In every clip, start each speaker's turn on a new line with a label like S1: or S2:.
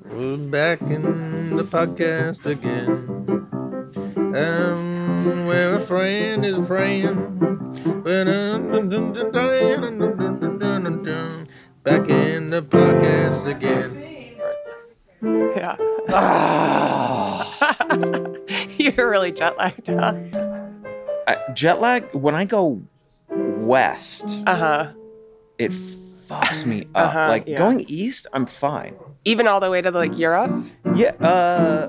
S1: We're back in the podcast again. Um, where a friend is praying. Back in the podcast again.
S2: Yeah.
S3: Uh,
S2: You're really jet lagged, huh?
S3: I, jet lag when I go west,
S2: Uh huh.
S3: it fucks me up.
S2: Uh-huh,
S3: like
S2: yeah.
S3: going east, I'm fine.
S2: Even all the way to like Europe.
S3: Yeah. Uh,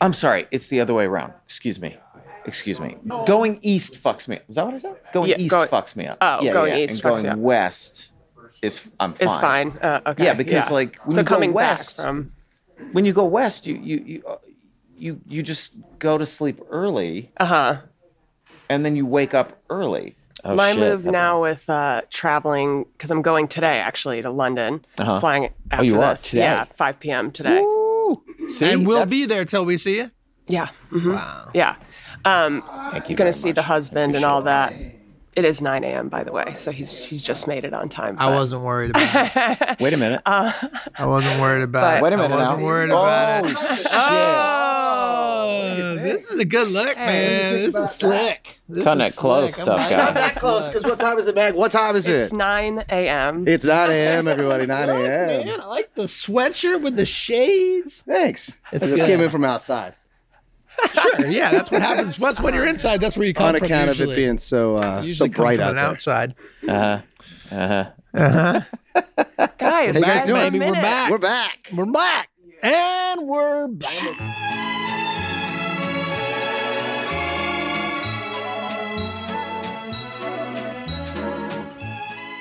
S3: I'm sorry. It's the other way around. Excuse me. Excuse me. Going east fucks me. Is that what I said? Going
S2: Yeah,
S3: east
S2: going-
S3: fucks me up.
S2: Oh,
S3: yeah,
S2: going
S3: yeah.
S2: east
S3: and
S2: fucks
S3: going
S2: you up.
S3: west is I'm fine.
S2: It's fine. Uh, okay.
S3: Yeah, because, like, when
S2: so
S3: you go
S2: coming
S3: west-
S2: back from
S3: When you go west, you you you uh, you you just go to sleep early
S2: uh huh.
S3: and then you wake up early. Oh,
S2: My
S3: shit.
S2: move
S3: That-
S2: now with uh, traveling because I'm going today actually to London,
S3: Uh-huh.
S2: flying after
S3: you are
S2: this.
S3: today?
S2: Yeah, 5 p.m. today.
S3: Ooh. See,
S1: And we'll
S3: That's-
S1: be there till we see you.
S2: Yeah. mhm, Yeah. Um,
S3: Thank you.
S2: you're gonna
S3: very
S2: see
S3: much.
S2: the
S3: I
S2: husband and
S3: appreciate
S2: all that. It is 9 a.m. by the way, so he's he's just made it on time.
S1: I
S2: but-
S1: wasn't worried about it.
S3: it. Wait a minute.
S1: I wasn't worried about
S2: But-
S1: it.
S3: Wait a minute.
S1: I wasn't
S3: now.
S1: worried about
S3: oh,
S1: it.
S3: Shit.
S1: Oh, this is a good look, man. This is slick. This
S3: Kinda
S1: is slick.
S3: close,
S1: I'm
S3: tough
S1: like-
S3: guy.
S4: Not that close, because what time is it, Meg? What time is
S2: It's
S4: it?
S2: 9 a.m.
S4: It's 9 a.m., everybody. 9
S1: Look, man,
S4: a.m.
S1: I like the sweatshirt with the shades.
S4: Thanks.
S1: It's
S4: I just
S1: good.
S4: came in from outside
S1: Sure, yeah, that's what happens. Once when you're inside, that's where you come
S4: on
S1: from.
S4: account
S1: usually.
S4: of it being so uh,
S1: Uh-huh. usually come
S4: so
S1: from
S4: bright out
S1: an
S4: there.
S1: outside.
S3: Uh-huh. Uh-huh.
S2: Guys,
S4: How you guys
S2: five
S4: doing?
S2: more
S4: Baby,
S1: we're
S2: minutes.
S1: back.
S4: We're back.
S1: We're back and we're back.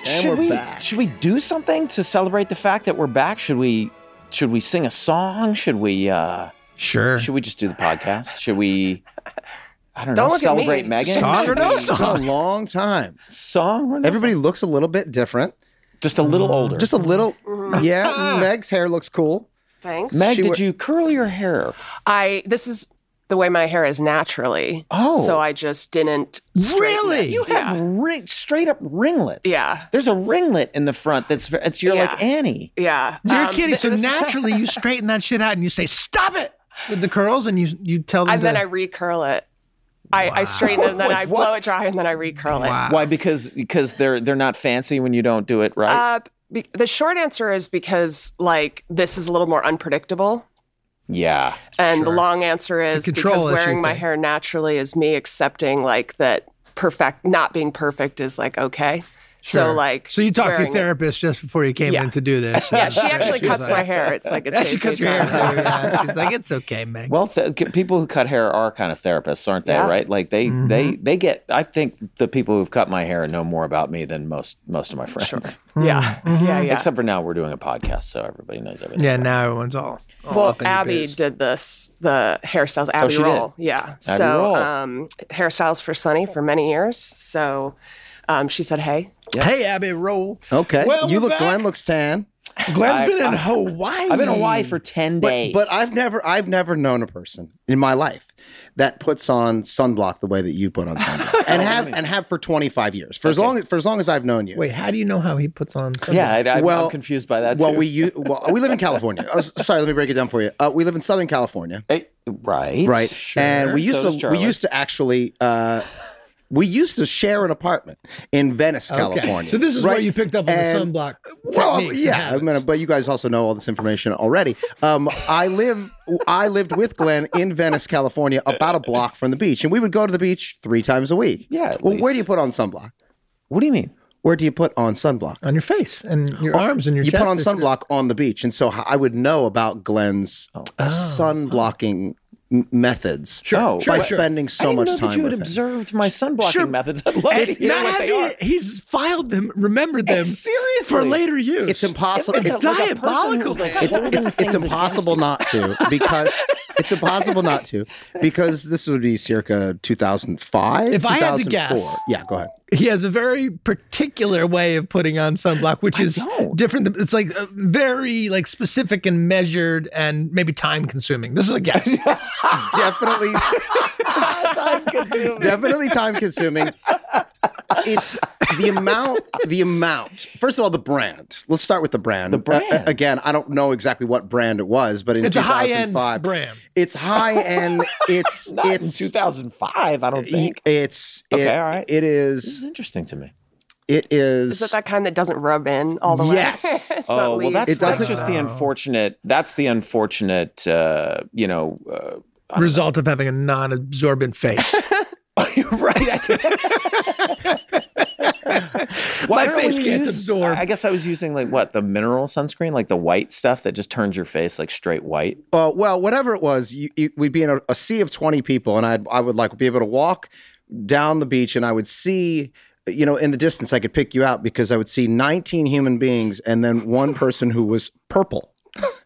S4: And
S3: should
S4: we're
S3: we
S4: back.
S3: should we do something to celebrate the fact that we're back? Should we should we sing a song? Should we uh
S1: Sure.
S3: should we just do the podcast? Should we I don't,
S2: Don't
S3: know,
S2: look at me.
S3: celebrate Megan?
S1: Song or no
S4: It's been a
S1: song?
S4: long time.
S3: Song or no
S4: Everybody looks a little bit different.
S3: song? just a little older.
S4: Just a little. Yeah, Meg's hair looks cool.
S2: Thanks.
S3: Meg,
S4: she
S3: did
S4: wa-
S3: you curl your hair?
S2: I this is the way my hair is naturally.
S3: Oh.
S2: So I just didn't straighten
S1: Really?
S2: it.
S3: You have ring, straight up ringlets.
S2: Yeah.
S3: There's a ringlet in the front that's ver- it's you're like
S2: Yeah.
S3: Annie.
S2: Yeah.
S1: You're
S2: Um,
S1: kidding.
S2: th-
S1: So
S2: this-
S1: naturally, you straighten that shit out and you say, "Stop it!" with the curls, and you you tell them.
S2: and
S1: to,
S2: then I recurl it. I, I straighten it and then
S3: Wait,
S2: I blow
S3: what?
S2: it dry and then I recurl it.
S1: Wow.
S3: Why? Because because they're they're not fancy when you don't do it right.
S2: Uh, be- the short answer is because like this is a little more unpredictable,
S3: yeah.
S2: and the long answer is because
S1: control issue
S2: wearing my
S1: thing.
S2: hair naturally is me accepting like that perfect not being perfect is like okay. So
S1: Sure.
S2: like
S1: So you talked to your
S2: wearing it-
S1: therapist just before you came
S2: Yeah.
S1: in to do this.
S2: Yeah, she actually
S1: She's
S2: cuts
S1: like-
S2: my hair. It's like it's
S1: Yeah, she cuts your hair.
S2: safety.
S1: too, yeah. She's like, "It's okay, Meg."
S3: Well, th- c- people who cut hair are kind of therapists, aren't they?
S2: Yeah.
S3: Right? Like they,
S4: Mm-hmm.
S3: they, they get. I think the people who've cut my hair know more about me than most most of my friends.
S2: Yeah,
S1: Mm-hmm.
S2: yeah, yeah.
S3: Except for now, we're doing a podcast, so everybody knows everything.
S1: yeah, now everyone's all. all
S2: well,
S1: up in your
S2: Abby
S1: biz.
S2: did this, the hairstyles.
S4: Oh,
S2: Abby
S3: she did?
S2: Roll, yeah. so
S3: Roll.
S2: Um, hairstyles for Sunny for many years. So um, she said, "Hey,
S1: Hey, Abby, roll.
S4: Okay.
S1: Well,
S4: you
S1: we're
S4: look.
S1: back.
S4: Glenn looks tan.
S1: Glenn's
S3: I-
S1: been in
S3: I-
S1: Hawaii.
S3: I've been in Hawaii for ten
S4: But,
S3: days.
S4: but I've never I've never known a person in my life that puts on sunblock the way that you put on sunblock and have and have for 25 years for as long for as long as I've known you.
S1: Wait, how do you know how he puts on? Sunblock?
S3: yeah. I, I,
S4: Well-
S3: I'm confused by that.
S4: Well,
S3: too.
S4: we u- well we live in California. Oh, s- sorry, let me break it down for you. Uh, we live in Southern California,
S3: Eh, right,
S4: right? And we used
S3: So does
S4: to we
S3: Charlotte.
S4: used to actually uh, we used to share an apartment in Venice, California.
S1: So this is where
S4: right?
S1: you picked up on
S4: And-
S1: the sunblock.
S4: Well,
S1: techniques and
S4: yeah, I mean,
S1: habits.
S4: but you guys also know all this information already. Um, I live, I lived with Glenn in Venice, California, about a block from the beach, and we would go to the beach three times a week.
S3: Yeah, at
S4: Well, where
S3: least.
S4: do you put on sunblock?
S3: What do you mean?
S4: Where do you put on sunblock?
S1: on your face and your arms and your
S4: Oh, You
S1: chest.
S4: put on
S1: It's-
S4: sunblock on the beach, and so h- I would know about Glenn's sunblocking m- methods
S1: Sure,
S3: Oh,
S4: by
S1: sure.
S4: spending
S3: I
S4: so
S3: didn't
S4: much
S3: know
S4: time
S3: that you had
S4: with him.
S3: observed my sunblocking
S1: Sure.
S3: methods. I'd love
S1: It's
S3: to hear
S1: not
S3: what
S1: as
S3: they are.
S1: he- he's filed them, remembered them
S3: seriously.
S1: for later use.
S4: Eh, It's impossible.
S1: It's
S4: It's,
S3: like a person
S1: diabolical.
S3: who's, like,
S4: it's
S3: holding
S4: it's,
S3: things
S4: it's
S3: against
S4: impossible not to because it's impossible not to because this would be circa 2005
S1: If I had to guess-
S4: 2004. yeah go ahead
S1: He has a very particular way of putting on sunblock, which is
S3: don't.
S1: different. than- It's like uh, very like specific and measured, and maybe time consuming. This is a guess.
S4: definitely time consuming definitely time consuming it's the amount, the amount. First of all, the brand. Let's start with the brand. The
S3: brand.
S4: again, I don't know exactly what brand it was, but in
S1: It's a high-end
S4: 2005,
S1: brand.
S4: It's high end. It's
S3: Not
S4: it's
S3: in 2005, I don't think.
S4: it's it,
S3: Okay, all right.
S4: It
S3: This is
S4: is
S3: interesting to me.
S4: it is.
S2: Is it that kind that doesn't rub in all the way?
S4: Yes.
S2: So it
S3: Oh well,
S2: leaves.
S3: that's
S4: It
S3: that's
S4: doesn't-
S3: just the unfortunate. That's the unfortunate. Uh, you know, uh,
S1: Result of having a non-absorbent face.
S3: right? Why
S1: My
S3: don't
S1: face
S3: we
S1: can't
S3: use-
S1: absorb.
S3: I guess I was using like what the mineral sunscreen, like the white stuff that just turns your face like straight white.
S4: Uh, well, whatever it was, you, you, we'd be in a, a sea of twenty people, and I'd I would like be able to walk down the beach, and I would see, you know, in the distance, I could pick you out because I would see nineteen human beings, and then one person who was purple,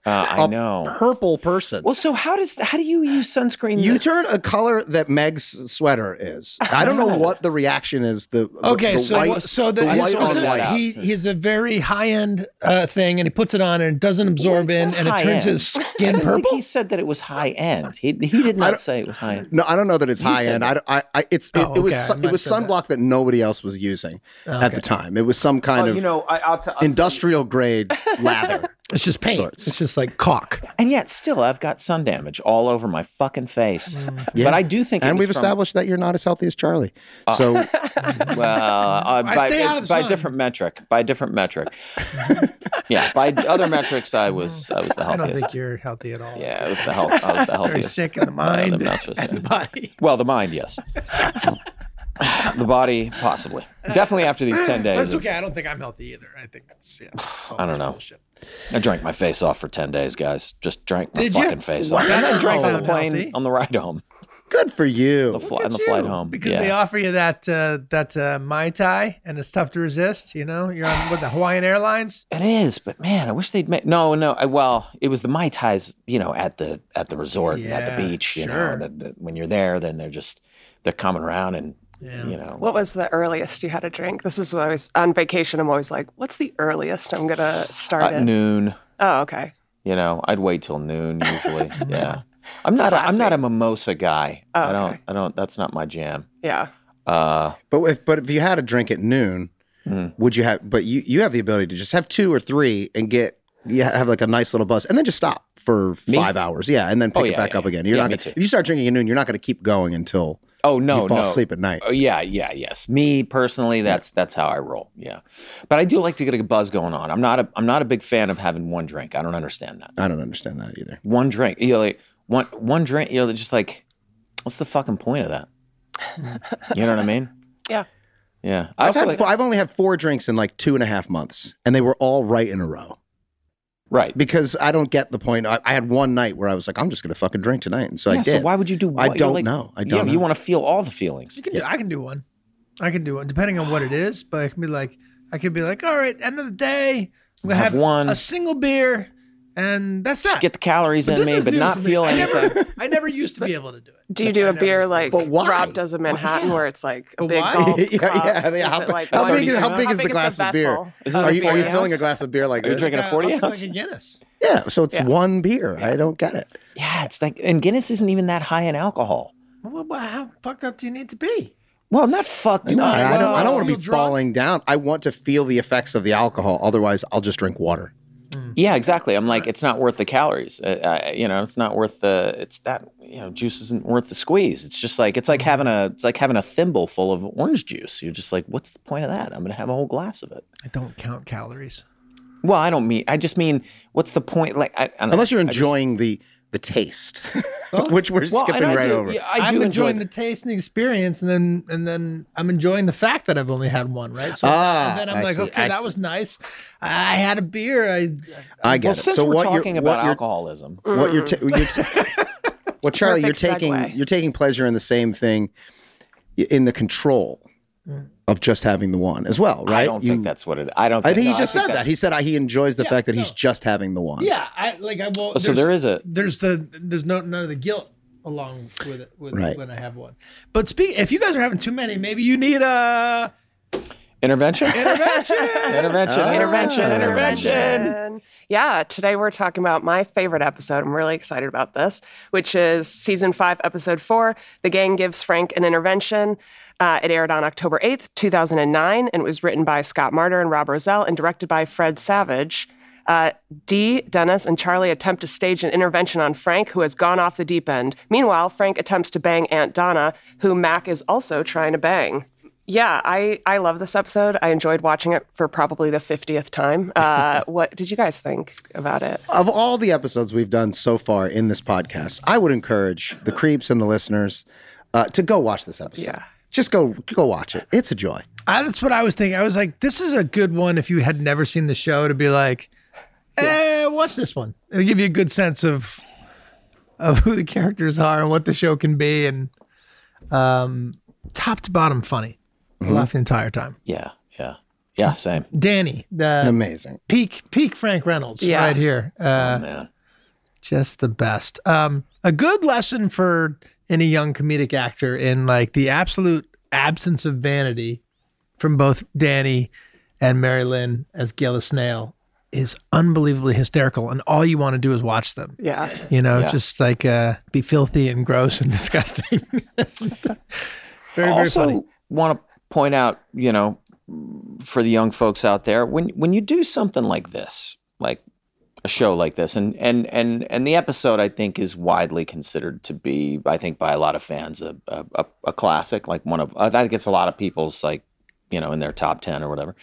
S3: Uh, I
S1: Um,
S3: know.
S4: purple person.
S3: Well, so how does how do you use sunscreen?
S4: you
S3: that-
S4: turn a color that Meg's sweater is. I don't know what the reaction is. The the-
S1: Okay,
S4: the
S1: so
S4: white-
S1: what- so the,
S4: the
S1: his
S4: white on
S1: specific-
S4: white.
S1: he he's a very high end uh, thing, and he puts it on and it doesn't absorb
S3: Well, it's
S1: in,
S3: not
S1: and it
S3: high
S1: turns
S3: end.
S1: his skin
S3: I don't think
S1: purple.
S3: he said that it was high end. He he did not say it was high end.
S4: No, I don't know that it's high
S3: said
S4: end. I, I, I- it's it,
S1: Oh,
S4: it was
S1: okay,
S4: su-
S1: I'm
S4: it
S1: not
S4: was
S1: sure that-
S4: sunblock that. nobody else was using
S1: Oh,
S4: at the time. It was some kind of
S3: know, I, I'll tell.
S4: industrial grade lather.
S1: It's just paint.
S4: Sorts.
S1: It's just like caulk.
S3: and yet, still, I've got sun damage all over my fucking face.
S1: Mm.
S3: But I do think, it
S4: and
S3: was
S4: we've
S3: from- Uh.
S4: established that you're not as healthy as Charlie. So
S3: Well, uh, by,
S1: stay out of the
S3: by
S1: sun.
S3: different metric. By different metric. yeah, by other metrics, I was I was the
S1: I don't
S3: healthiest.
S1: think you're healthy at all.
S3: yeah, I was the health. I was the
S1: Very
S3: healthiest.
S1: sick in the
S3: the
S1: mind
S3: mattress,
S1: and the
S3: yeah.
S1: body.
S3: Well, the mind, yes. the body, possibly. Definitely after these ten days.
S1: That's
S3: of-
S1: okay. I don't think I'm healthy either. I think it's yeah. it's all
S3: I don't know.
S1: bullshit.
S3: I drank my face off for ten days, guys. Just drank my
S1: Did you?
S3: fucking face off,
S1: Wow.
S3: and then drank on the
S1: Sound
S3: plane
S1: healthy.
S3: on the ride home.
S4: good for you.
S3: The fl- on the
S1: Good
S3: flight
S1: you,
S3: home
S1: because
S3: yeah.
S1: they offer you that uh, that uh, mai tai, and it's tough to resist. You know, you're on with the Hawaiian Airlines.
S3: It is, but man, I wish they'd make no, no. I, well, it was the mai tais, you know, at the at the resort and at the
S1: Yeah,
S3: beach. You know,
S1: sure.
S3: that that when you're there, then they're just they're coming around and you know.
S2: What was the earliest you had a drink? This is what I was on vacation. I'm always like, what's the earliest I'm gonna start
S3: at
S2: it?
S3: noon,
S2: Oh, okay.
S3: you know, I'd wait till noon usually. yeah, I'm not. A, I'm not a mimosa guy. I don't. I don't. That's not my jam.
S2: Yeah.
S3: Uh,
S4: but if but if you had a drink at noon,
S3: Hmm.
S4: would you have? But you you have the ability to just have two or three and get you have like a nice little buzz, and then just stop for five hours. Yeah, and then pick
S3: Oh,
S4: it
S3: yeah,
S4: back
S3: yeah,
S4: up again. You're
S3: Yeah,
S4: not
S3: me
S4: gonna,
S3: too.
S4: if you start drinking at noon, you're not going to keep going until
S3: oh no,
S4: you fall
S3: no.
S4: asleep at night.
S3: Oh, yeah, yeah, yes. Me personally, that's that's how I roll. Yeah, but I do like to get a buzz going on. I'm not a I'm not a big fan of having one drink. I don't understand that.
S4: I don't understand that either.
S3: One drink, you know, like one one drink, you know, just like, what's the fucking point of that? you know what I mean?
S2: Yeah.
S3: Yeah. I
S4: I've,
S3: also
S4: had
S3: like,
S4: four, I've only had four drinks in like two and a half months, and they were all right in a row.
S3: right.
S4: because I don't get the point. I, I had one night where I was like, I'm just going to fucking drink tonight, and so I
S3: Yeah,
S4: did.
S3: so why would you do? one-
S4: I
S3: you're
S4: don't
S3: like-
S4: know. I
S3: yeah,
S4: don't. know.
S3: You want to feel all the feelings.
S1: You can do, I can do one. I can do one, depending on what it is. But I can be like, I could be like, all right, end of the day, I'm gonna
S3: Have
S1: have,
S3: one.
S1: a single beer, and that's
S3: Just
S1: that.
S3: get the calories in
S1: this
S3: me,
S1: is
S3: but
S1: new
S3: not
S1: for me.
S3: feel
S1: I
S3: anything.
S1: never, I never used to be able to do it.
S2: Do you do a beer like
S4: But why?
S2: Rob does in Manhattan, where it's like a
S1: But
S2: big
S1: why?
S2: gulp?
S4: yeah,
S2: club?
S4: yeah. I mean,
S2: Is
S4: how,
S2: it, like,
S4: how
S2: one-
S4: big is, how
S3: ounce?
S4: big
S2: How
S4: is the
S2: big is
S4: glass
S2: the
S4: of beer?
S2: vessel?
S3: Is this
S4: Are
S3: a
S4: you, are
S3: 40
S4: you filling a
S3: ounce?
S4: glass of beer like
S3: Are you
S4: this?
S3: drinking a
S1: Uh, I'll
S3: 40
S1: drink
S3: ounce?
S1: like a Guinness.
S4: Yeah, so it's one beer. I don't get it.
S3: Yeah, it's like, and Guinness isn't even that high in alcohol.
S1: Well, well, how fucked up do you need to be?
S3: Well, not fuck, do
S4: No, I, I don't, I don't want to
S1: feel
S4: be
S1: drunk?
S4: falling down. I want to feel the effects of the alcohol. Otherwise, I'll just drink water.
S3: Yeah, exactly. I'm like, it's not worth the calories. Uh, I, you know, it's not worth the. It's that you know, juice isn't worth the squeeze. It's just like it's like
S4: Mm-hmm.
S3: having a it's like having a thimble full of orange juice. You're just like, what's the point of that? I'm gonna have a whole glass of it.
S1: I don't count calories.
S3: Well, I don't mean. I just mean, what's the point? Like, I, I don't know.
S4: Unless you're
S3: I just-
S4: enjoying the the taste, which we're
S3: well, Oh, and
S4: skipping
S3: I
S4: right
S3: do,
S4: over.
S3: Yeah,
S1: I
S3: I
S1: am
S3: do enjoy
S1: enjoying the taste and the experience, and then and then I'm enjoying the fact that I've only had one, right? So
S4: Ah,
S1: and then
S4: I
S1: I'm like,
S4: see,
S1: okay,
S4: I
S1: that
S4: see.
S1: was nice. I had a beer. I
S4: I get
S3: Well,
S4: it.
S3: since
S4: so
S3: we're
S4: what
S3: talking
S4: you're,
S3: about
S4: what you're
S3: alcoholism,
S4: what you're, ta-
S3: Mm.
S4: you're ta- well charlie you're
S2: Perfect
S4: taking
S2: segue.
S4: you're taking pleasure in the same thing i- in the control of just having the one as well right
S3: I don't
S4: You-
S3: think that's what it. I don't.
S4: I think he
S3: no,
S4: just said that.
S3: that's-
S4: He said uh, he enjoys the fact that he's just having the one.
S1: yeah, I like I will.
S3: Oh, so there is a
S1: there's the there's no none of the guilt along with it with
S4: Right.
S1: when I have one. But speak if you guys are having too many, maybe you need a
S3: Intervention? Intervention! intervention, intervention, intervention.
S2: And Ah. yeah, today we're talking about my favorite episode. I'm really excited about this, which is season five, episode four. The gang gives Frank an intervention. Uh, it aired on October 8th, 2009, and it was written by Scott Martyr and Rob Rosell and directed by Fred Savage. Uh, Dee, Dennis, and Charlie attempt to stage an intervention on Frank, who has gone off the deep end. Meanwhile, Frank attempts to bang Aunt Donna, who Mac is also trying to bang. Yeah, I, I love this episode. I enjoyed watching it for probably the 50th time. Uh, what did you guys think about it?
S4: of all the episodes we've done so far in this podcast, I would encourage the creeps and the listeners uh, to go watch this episode.
S2: Yeah.
S4: Just go go watch it. It's a joy.
S1: I, that's what I was thinking. I was like, this is a good one if you had never seen the show to be like, eh, watch this one. It'll give you a good sense of of who the characters are and what the show can be, and um, top to bottom funny.
S3: Mm-hmm.
S1: I Laughed the entire time.
S3: Yeah, yeah. Yeah, same.
S1: Danny, the
S4: Amazing.
S1: peak peak Frank Reynolds
S2: Yeah.
S1: right here. Uh,
S3: Oh, Man.
S1: just the best. Um, a good lesson for any young comedic actor in like the absolute absence of vanity from both Danny and Mary Lynn as Gail the Snail is unbelievably hysterical, and all you want to do is watch them.
S2: Yeah.
S1: You know,
S3: Yeah.
S1: just like uh, be filthy and gross and disgusting. very very
S3: also
S1: funny.
S3: want to point out, you know, for the young folks out there, when when you do something like this, like a show like this, and and and and the episode I think is widely considered to be, I think by a lot of fans, a a, a- a classic, like one of I think it's a lot of people's like, you know, in their top ten or whatever.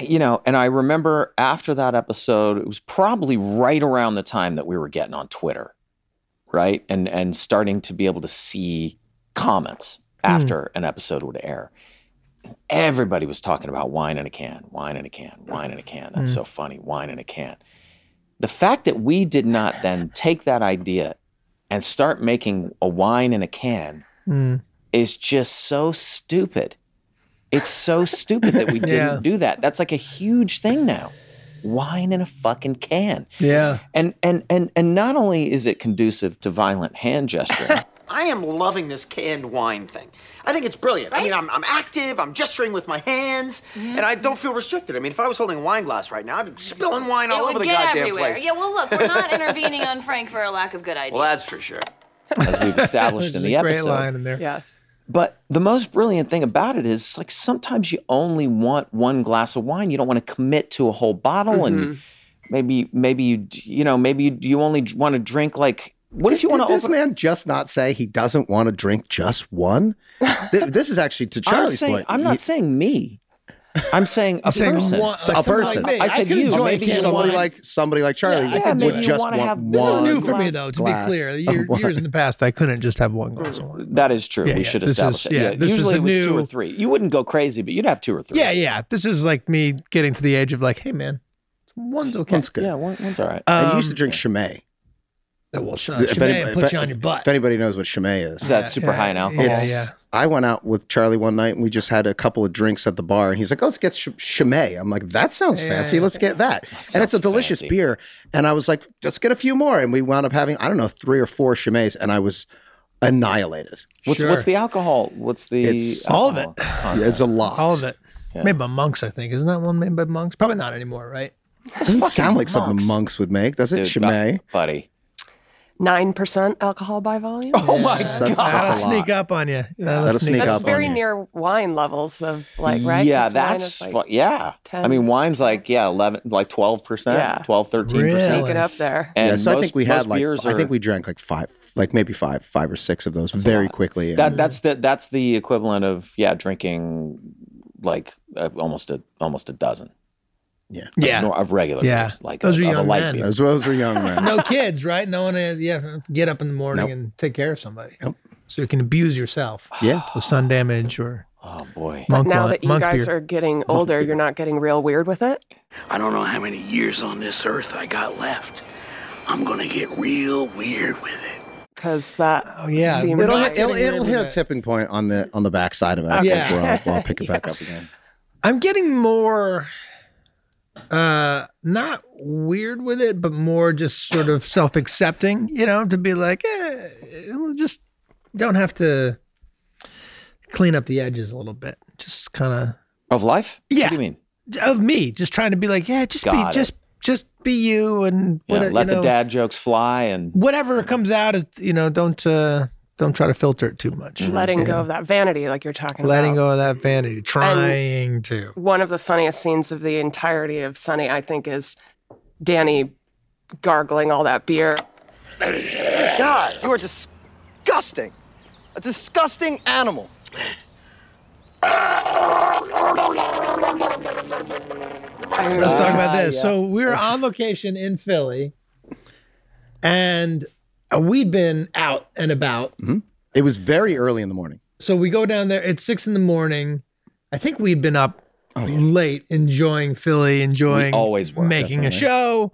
S3: You know, and I remember after that episode, it was probably right around the time that we were getting on Twitter, right, and and starting to be able to see comments after an episode would air. Everybody was talking about wine in a can, wine in a can, wine in a can. That's so funny, wine in a can. The fact that we did not then take that idea and start making a wine in a can
S1: Mm.
S3: is just so stupid. It's so stupid that we didn't
S1: Yeah.
S3: do that. That's like a huge thing now. Wine in a fucking can.
S1: Yeah,
S3: And and and and not only is it conducive to violent hand gesturing,
S5: I am loving this canned wine thing. I think it's brilliant. I mean, I'm, I'm active, I'm gesturing with my hands,
S6: Mm-hmm.
S5: and I don't feel restricted. I mean, if I was holding a wine glass right now, I'd be spilling wine all
S6: it
S5: over
S6: would
S5: the
S6: get
S5: goddamn
S6: everywhere.
S5: place.
S6: Yeah, well, look, we're not intervening on Frank for a lack of good ideas.
S5: Well, that's for sure.
S3: as we've established in
S1: There's
S3: the
S1: a great
S3: episode.
S1: line in there.
S2: Yes.
S3: But the most brilliant thing about it is like sometimes you only want one glass of wine. You don't want to commit to a whole bottle, and
S1: Mm-hmm.
S3: maybe maybe you d- you know maybe you, you only want to drink like what if you
S4: Did
S3: want to
S4: this
S3: open?
S4: man just not say he doesn't want to drink just one? Th- this is actually to
S3: I'm,
S4: Charlie's
S3: saying,
S4: point.
S3: I'm not
S4: He-
S3: saying me. I'm saying a
S1: Saying
S3: person.
S1: one-
S4: So-
S1: like
S4: a
S1: somebody
S4: person.
S1: me,
S3: I said
S1: could
S3: you,
S1: enjoy a
S3: maybe
S1: can of
S4: somebody
S1: wine.
S4: like somebody like Charlie
S1: I
S4: would
S1: could do it.
S4: just
S3: wanna
S4: want
S3: have-
S4: one.
S3: This
S1: This is new for me
S3: glass-
S1: though. To be
S4: glass
S1: clear,
S4: of
S1: Year,
S4: wine.
S1: years in the past, I couldn't just have one glass of wine.
S3: That is true.
S1: Yeah,
S3: we
S1: yeah,
S3: should
S1: this is-
S3: establish that.
S1: yeah, this is
S3: Usually
S1: a
S3: it was two
S1: new-
S3: or three. You wouldn't go crazy, but you'd have two or three.
S1: Yeah, yeah. This is like me getting to the age of like, hey man, one's okay.
S4: One's good.
S3: yeah, one, one's all right.
S4: and you
S1: Um,
S4: used to drink Chimay.
S1: That will shut
S4: If
S1: Uh, Chimay
S4: any-
S1: and
S4: if
S1: put
S4: any-
S1: you on your butt.
S4: If anybody knows what Chimay is,
S3: is that super
S1: yeah,
S3: high in alcohol?
S1: yeah,
S4: It's- I went out with Charlie one night and we just had a couple of drinks at the bar and he's like, let's get sh- Chimay. I'm like, that sounds fancy. Let's get that. and it's a
S3: sounds
S4: delicious
S3: fancy.
S4: beer. And I was like, let's get a few more. And we wound up having, I don't know, three or four Chimays and I was annihilated.
S3: What's
S1: Sure.
S3: what's the alcohol? What's the
S4: It's-
S1: All of it.
S3: alcohol
S4: Yeah,
S3: content?
S4: It's a lot.
S1: All of it. Made by monks, I think. Isn't that one made by monks? Probably not anymore, right?
S4: doesn't sound like something
S3: monks.
S4: the monks would make, does it?
S3: Dude, Oh
S4: Chimay.
S3: bu- buddy.
S2: 9% alcohol by volume.
S3: Oh my
S4: That's,
S3: god.
S4: that's
S1: That'll
S4: a lot.
S1: sneak up on you. That'll,
S4: That'll
S1: sneak,
S4: sneak
S1: up.
S2: That's
S4: on
S2: very
S4: you.
S2: near wine levels of like, right? 'Cause
S3: Yeah,
S2: wine
S3: that's
S2: is, like,
S3: fu- yeah. I
S2: 10.
S3: mean, wine's like yeah, eleven, like twelve percent,
S2: Yeah.
S3: 12, 13 percent.
S1: Really?
S2: get up there.
S3: And
S4: yeah, so
S3: most,
S4: I think we
S3: most
S4: had like
S3: beers
S4: I
S3: are-
S4: think we drank like five, like maybe five, five or six of those very quickly. And
S3: that that's the that's the equivalent of yeah, drinking like uh, almost a almost a dozen of
S1: Yeah.
S3: nor- of regular
S1: Yeah.
S3: beers, like
S1: Those
S3: of,
S1: are
S3: of a
S1: young
S3: light
S1: men.
S3: beer.
S4: those, those were young men.
S1: No kids, right? No one to yeah, get up in the morning
S4: Nope.
S1: and take care of somebody.
S4: Nope.
S1: So you can abuse yourself
S4: Yeah.
S1: with sun damage or
S3: Oh boy.
S1: monk
S2: now
S1: wine-
S2: that you
S1: monk
S2: guys
S1: beer.
S2: are getting older, you're not getting real weird with it.
S7: I don't know how many years on this earth I got left. I'm gonna get real weird with it.
S2: Because that oh,
S1: yeah.
S2: seems
S1: We're
S4: It'll,
S1: not
S2: like,
S4: hit- it'll,
S1: getting rid
S4: it'll
S1: of
S4: hit a
S1: that.
S4: tipping point on the on the backside of it. I think
S1: Yeah.
S4: we're all- we'll pick it back up again.
S1: I'm getting more uh not weird with it, but more just sort of self accepting, you know, to be like, eh, just don't have to clean up the edges a little bit. Just kind of
S3: Of life?
S1: Yeah.
S3: What do you mean?
S1: of me, just trying to be like, yeah, just
S3: Got
S1: be,
S3: it.
S1: just, just be you, and
S3: Yeah,
S1: what- you
S3: let
S1: know,
S3: the dad jokes fly and
S1: whatever comes out is, you know, don't, uh, don't try to filter it too much.
S2: letting
S1: Yeah.
S2: go of that vanity, like you're talking
S1: letting
S2: about.
S1: go of that vanity, trying to.
S2: one of the funniest scenes of the entirety of Sunny, I think, is Danny gargling all that beer.
S3: Mm-hmm.
S8: God, you are disgusting. A disgusting animal.
S1: Let's talk about
S3: Ah,
S1: this. So we were on location in Philly, and we'd been out and about.
S4: It was very early in the morning.
S1: So we go down there. It's six in the morning. I think we'd been up late, enjoying Philly, enjoying
S3: Oh, always were,
S1: making a show.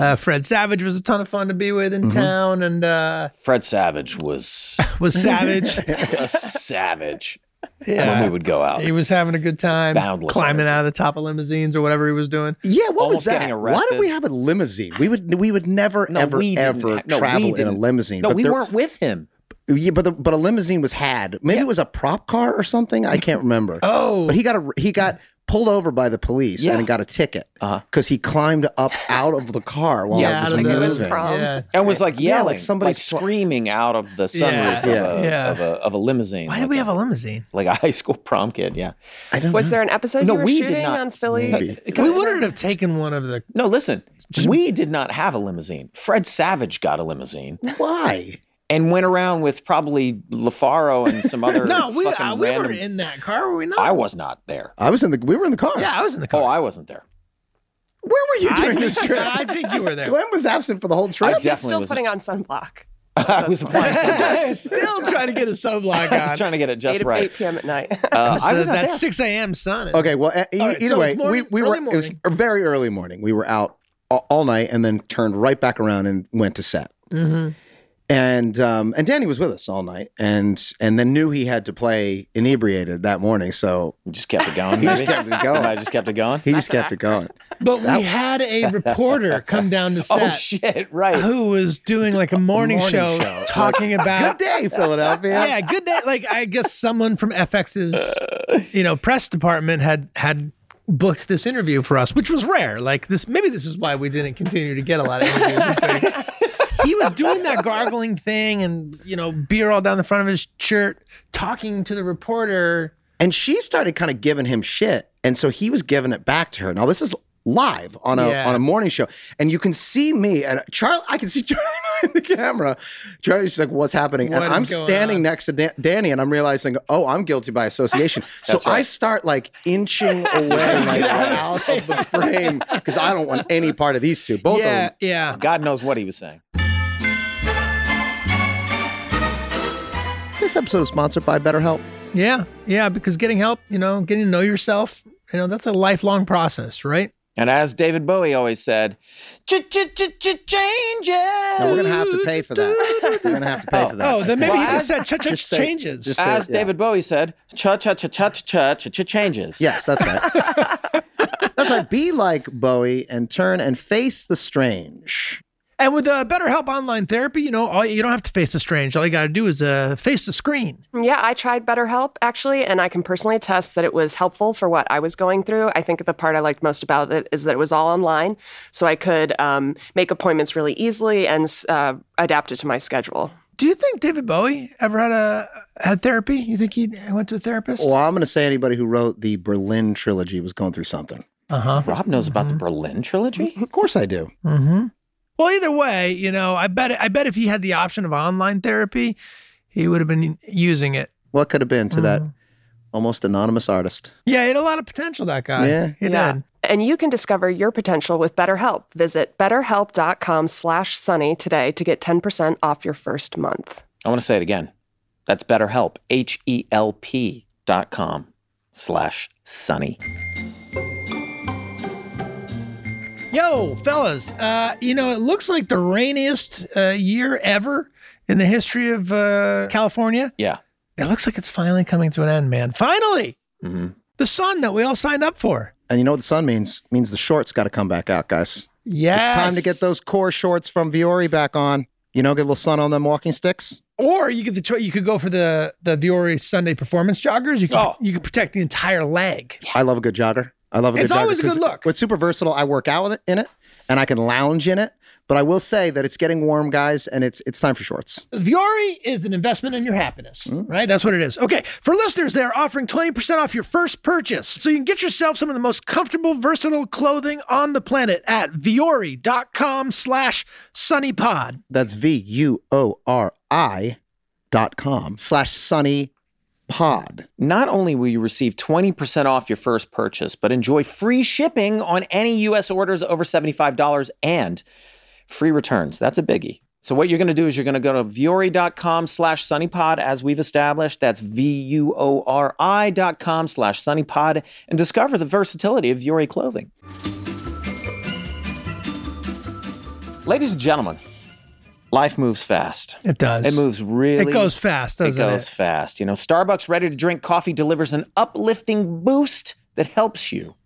S1: Uh, Fred Savage was a ton of fun to be with in
S3: Mm-hmm.
S1: town, and uh,
S3: Fred Savage was
S1: was Savage.
S3: a savage when we
S1: yeah,
S3: would go out.
S1: he was having a good time,
S3: Boundless
S1: climbing
S3: energy.
S1: out of the top of limousines or whatever he was doing.
S4: Yeah, what
S3: Almost
S4: was that?
S3: getting
S4: Why
S3: arrested.
S4: did we have a limousine? We would we would never
S3: No,
S4: ever
S3: we didn't
S4: ever
S3: ha- no, we
S4: travel in a
S3: didn't.
S4: limousine.
S3: No,
S4: but
S3: we
S4: there-
S3: weren't with him.
S4: Yeah, but the, but a limousine was had. Maybe it was a prop car or something. I can't remember.
S1: Oh.
S4: but he got a, he got pulled over by the police
S3: Yeah.
S4: and he got a ticket because he climbed up out of the car while
S1: Uh-huh. yeah,
S4: it was
S1: out of the-
S4: moving.
S2: prom.
S1: yeah.
S3: And was like
S4: Yeah,
S3: yelling,
S4: like
S3: like
S4: somebody sw-
S3: screaming out of the
S1: Yeah,
S3: sunroof of, a,
S1: yeah.
S3: of, a, of a limousine.
S1: Why
S3: like
S1: did we have a limousine?
S3: like a high school prom kid? Yeah.
S4: I don't
S2: Was
S4: know.
S2: there an episode
S3: No,
S2: you were
S3: we did
S2: shooting
S3: not.
S2: on Philly?
S4: Maybe.
S1: We wouldn't have taken one of the.
S3: No, listen, we did not have a limousine. Fred Savage got a limousine
S4: Why?
S3: and went around with probably LaFaro and some other
S1: No, we
S3: fucking
S1: uh, we
S3: random.
S1: were in that car. Were we not?
S3: I was not there.
S4: I was in the we were in the car.
S1: yeah, I was in the car.
S3: Oh, I wasn't there.
S4: Where were you during this trip?
S1: I think you were there.
S4: Glenn was absent for the whole trip.
S3: I
S2: He's
S3: definitely
S2: still
S3: was.
S2: putting on sunblock.
S3: I was applying. sunblock.
S1: Still trying to get a sunblock
S3: I was
S1: on.
S3: trying to get it just
S2: 8,
S3: right.
S2: 8 p.m. at night.
S3: Uh, I
S1: So
S3: was not
S1: that's
S3: there.
S1: 6 a.m. sun.
S4: Okay, well, e- e-
S1: All right,
S4: either
S1: so
S4: way,
S1: it's morning-
S4: we, we
S1: early
S4: were it was
S1: morning.
S4: a very early morning. We were out a- all night and then turned right back around and went to set.
S1: Mm-hmm.
S4: And um, and Danny was with us all night, and and then knew he had to play inebriated that morning, so
S3: You just kept it going.
S4: he just
S3: maybe?
S4: kept it going.
S3: I just kept it going.
S4: he just kept it going.
S1: But we had a reporter come down to set
S3: Oh shit! Right.
S1: who was doing like a morning,
S4: morning
S1: show,
S4: show.
S1: talking
S4: Good
S1: about.
S4: day, Philadelphia.
S1: Uh, Yeah, good day. Like I guess someone from FX's, you know, press department had had booked this interview for us, which was rare. Like this, maybe this is why we didn't continue to get a lot of interviews. and things. he was doing that gargling thing, and you know, beer all down the front of his shirt, talking to the reporter.
S4: And she started kind of giving him shit. And so he was giving it back to her. Now this is live on a
S1: Yeah.
S4: on a morning show. And you can see me and Charlie, I can see Charlie in the camera. Charlie's like, what's happening?
S1: What
S4: and
S1: is
S4: I'm
S1: going
S4: standing
S1: on?
S4: next to Dan- Danny and I'm realizing, oh, I'm guilty by association. so I start like inching away like, out of the frame because I don't want any part of these two. Both
S1: Yeah,
S4: of them.
S1: yeah.
S3: God knows what he was saying.
S4: This episode is sponsored by BetterHelp.
S1: Yeah, yeah, because getting help, you know, getting to know yourself, you know, that's a lifelong process, right?
S3: And as David Bowie always said, "Ch-ch-ch-ch-changes."
S4: Now we're gonna have to pay for that. We're gonna have to pay for that.
S1: Oh, then maybe he just said ch-
S4: Just
S1: ch-
S4: say-
S1: changes.
S4: just say-
S3: As
S4: yeah.
S3: David Bowie said, "Cha cha cha cha cha cha cha changes."
S4: Yes, that's right. that's right. Be like Bowie and turn and face the strange.
S1: and with uh, BetterHelp online therapy, you know, all, you don't have to face the strange. All you got to do is uh, face the screen.
S2: Yeah, I tried BetterHelp actually, and I can personally attest that it was helpful for what I was going through. I think the part I liked most about it is that it was all online, so I could um, make appointments really easily and uh, adapt it to my schedule.
S1: Do you think David Bowie ever had a had therapy? You think he went to a therapist?
S4: Well, I'm going to say anybody who wrote the Berlin trilogy was going through something.
S1: Uh huh.
S3: Rob knows about the Berlin trilogy.
S4: Of course I do.
S1: Mm-hmm. Well, either way, you know, I bet I bet if he had the option of online therapy, he would have been using it.
S4: What could have been to
S1: Mm.
S4: that almost anonymous artist?
S1: Yeah, he had a lot of potential. That guy.
S4: Yeah.
S1: he did.
S2: And you can discover your potential with BetterHelp. Visit betterhelp.com slash sunny today to get 10% off your first month.
S3: I want to say it again. That's BetterHelp. H E L P dot com slash Sunny.
S1: Yo, fellas, uh, you know, it looks like the rainiest uh, year ever in the history of uh, California.
S3: Yeah.
S1: It looks like it's finally coming to an end, man. Finally,
S3: hmm
S1: the sun that we all signed up for.
S4: And you know what the sun means? It means the shorts got to come back out, guys.
S1: Yes.
S4: It's time to get those core shorts from Viore back on. You know, get a little sun on them walking sticks.
S1: Or you get the choice. You could go for the the Viore Sunday performance joggers. You could
S3: Oh.
S1: you could protect the entire leg.
S4: I love a good jogger. I love a good
S1: It's
S4: jogger
S1: always a good
S4: 'cause
S1: look.
S4: It's super versatile. I work out in it- in it and I can lounge in it. But I will say that it's getting warm, guys, and it's it's time for shorts.
S1: Because Viore is an investment in your happiness, right? That's what it is. Okay, for listeners, they are offering 20% off your first purchase. So you can get yourself some of the most comfortable, versatile clothing on the planet at viore.com slash sunnypod.
S4: That's V U O R I dot com slash sunny pod.
S3: Not only will you receive 20% off your first purchase, but enjoy free shipping on any US orders over $75 and free returns. That's a biggie. So what you're going to do is you're going to go to viori.com slash sunnypod as we've established. That's V-U-O-R-I dot com slash sunnypod and discover the versatility of Viori clothing. Ladies and gentlemen, life moves fast.
S1: It does.
S3: It moves really
S1: It goes fast, doesn't
S3: it
S1: it?
S3: goes fast. You know, Starbucks ready to drink coffee delivers an uplifting boost that helps you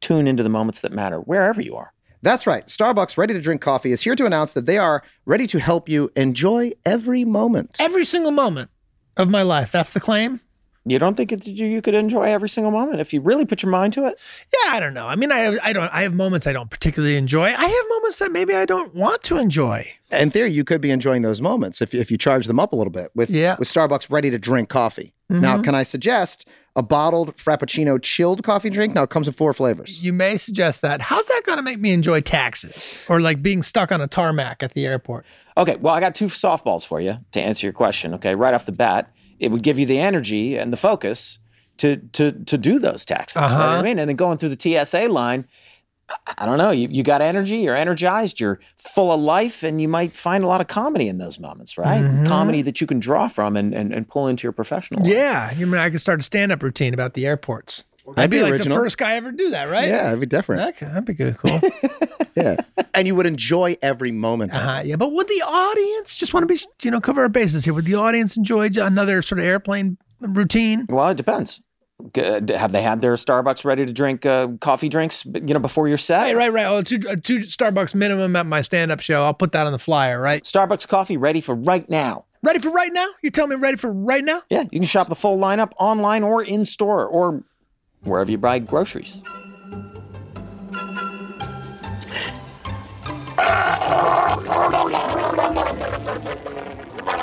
S3: tune into the moments that matter wherever you are.
S4: That's right. Starbucks Ready to Drink Coffee is here to announce that they are ready to help you enjoy every moment.
S1: Every single moment of my life. That's the claim?
S3: You don't think it, you you could enjoy every single moment if you really put your mind to it?
S1: Yeah, I don't know. I mean, I, I don't. I have moments I don't particularly enjoy. I have moments that maybe I don't want to enjoy.
S4: In theory, you could be enjoying those moments if, if you charge them up a little bit with,
S1: Yeah.
S4: with Starbucks ready to drink coffee.
S2: Mm-hmm.
S4: Now, can I suggest a bottled Frappuccino chilled coffee drink? Now, it comes in four flavors.
S1: You may suggest that. How's that going to make me enjoy taxes or like being stuck on a tarmac at the airport?
S3: Okay, well, I got two softballs for you to answer your question. Okay, right off the bat, it would give you the energy and the focus to to to do those taxes. right?
S1: Uh-huh.
S3: I mean, and then going through the TSA line, I- I don't know. You you got energy. You're energized. You're full of life, and you might find a lot of comedy in those moments, right? Comedy that you can draw from and and, and pull into your professional. life.
S1: Mm-hmm. Yeah, you mean I could start a stand-up routine about the airports. I'd be, like
S4: original.
S1: the first guy ever to do that, right?
S4: Yeah, it'd be different.
S1: That could, that'd be good. Cool.
S4: Yeah. and you would enjoy every
S2: Oh,
S4: moment. of it.
S1: uh, yeah, but would the audience just want to be, you know, cover our bases here? Would the audience enjoy j- another sort of airplane routine?
S3: Well, it depends. G- Have they had their Starbucks ready to drink uh, coffee drinks? You know, before your set.
S1: Right, right, right. Oh, two, uh, two Starbucks minimum at my stand-up show. I'll put that on the flyer, right?
S3: Starbucks coffee ready for right now.
S1: Ready for right now? You tell me ready for right now?
S3: Yeah, you can shop the full lineup online or in store or wherever you buy groceries.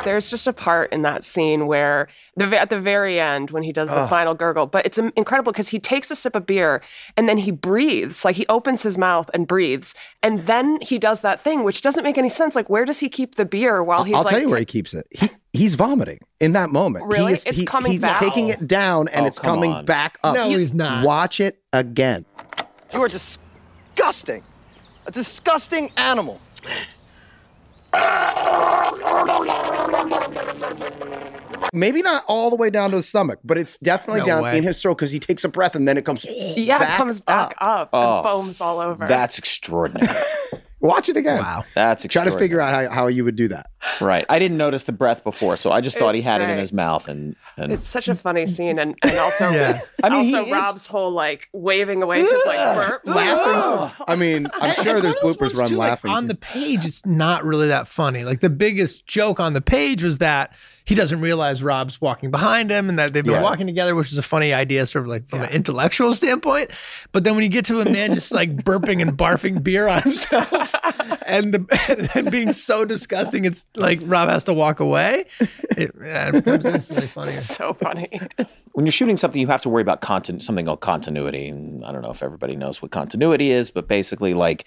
S2: There's just a part in that scene where the at the very end when he does the final gurgle, but it's im- incredible because he takes a sip of beer and then he breathes, like he opens his mouth and breathes, and then he does that thing which doesn't make any sense. Like where does he keep the beer while he's
S4: I'll
S2: like
S4: tell you where he keeps it. He, he's vomiting in that moment. He
S2: Really?
S4: is-
S2: It's
S4: he-
S2: coming
S4: he's
S2: back.
S4: taking it down and
S3: Oh,
S4: it's
S3: come
S4: coming
S3: on.
S4: back up.
S1: No, he's not.
S4: Watch it again.
S8: You are disgusting. A disgusting animal.
S4: Maybe not all the way down to his stomach, but it's definitely
S1: No
S4: down
S1: way.
S4: in his throat because he takes a breath and then it comes.
S2: yeah,
S4: back
S2: it comes back up,
S4: up.
S3: Oh,
S2: and foams all over.
S3: That's extraordinary.
S4: Watch it again.
S1: Wow.
S3: That's
S4: Try
S3: extraordinary.
S4: to figure out how, how you would do that.
S3: Right. I didn't notice the breath before, so I just thought he
S2: It's
S3: had it in
S2: right.
S3: his mouth and, and
S2: It's such a funny scene, and, and also,
S1: Yeah.
S3: I mean, he
S2: also
S3: is-
S2: Rob's whole like waving away his like burp, laughing.
S4: I mean, I'm sure
S1: And
S4: there's
S1: it's one of those ones,
S4: bloopers where I'm
S1: too, like,
S4: laughing.
S1: on the page, it's not really that funny. Like the biggest joke on the page was that he doesn't realize Rob's walking behind him and that they've been
S4: Yeah.
S1: walking together, which is a funny idea, sort of like from an intellectual standpoint. But then when you get to a man just like burping and barfing beer on himself and, the, and, being so disgusting, it's like Rob has to walk away. It, yeah, it becomes instantly funny.
S2: So funny.
S3: when you're shooting something, you have to worry about content, something called continuity. And I don't know if everybody knows what continuity is, but basically, like,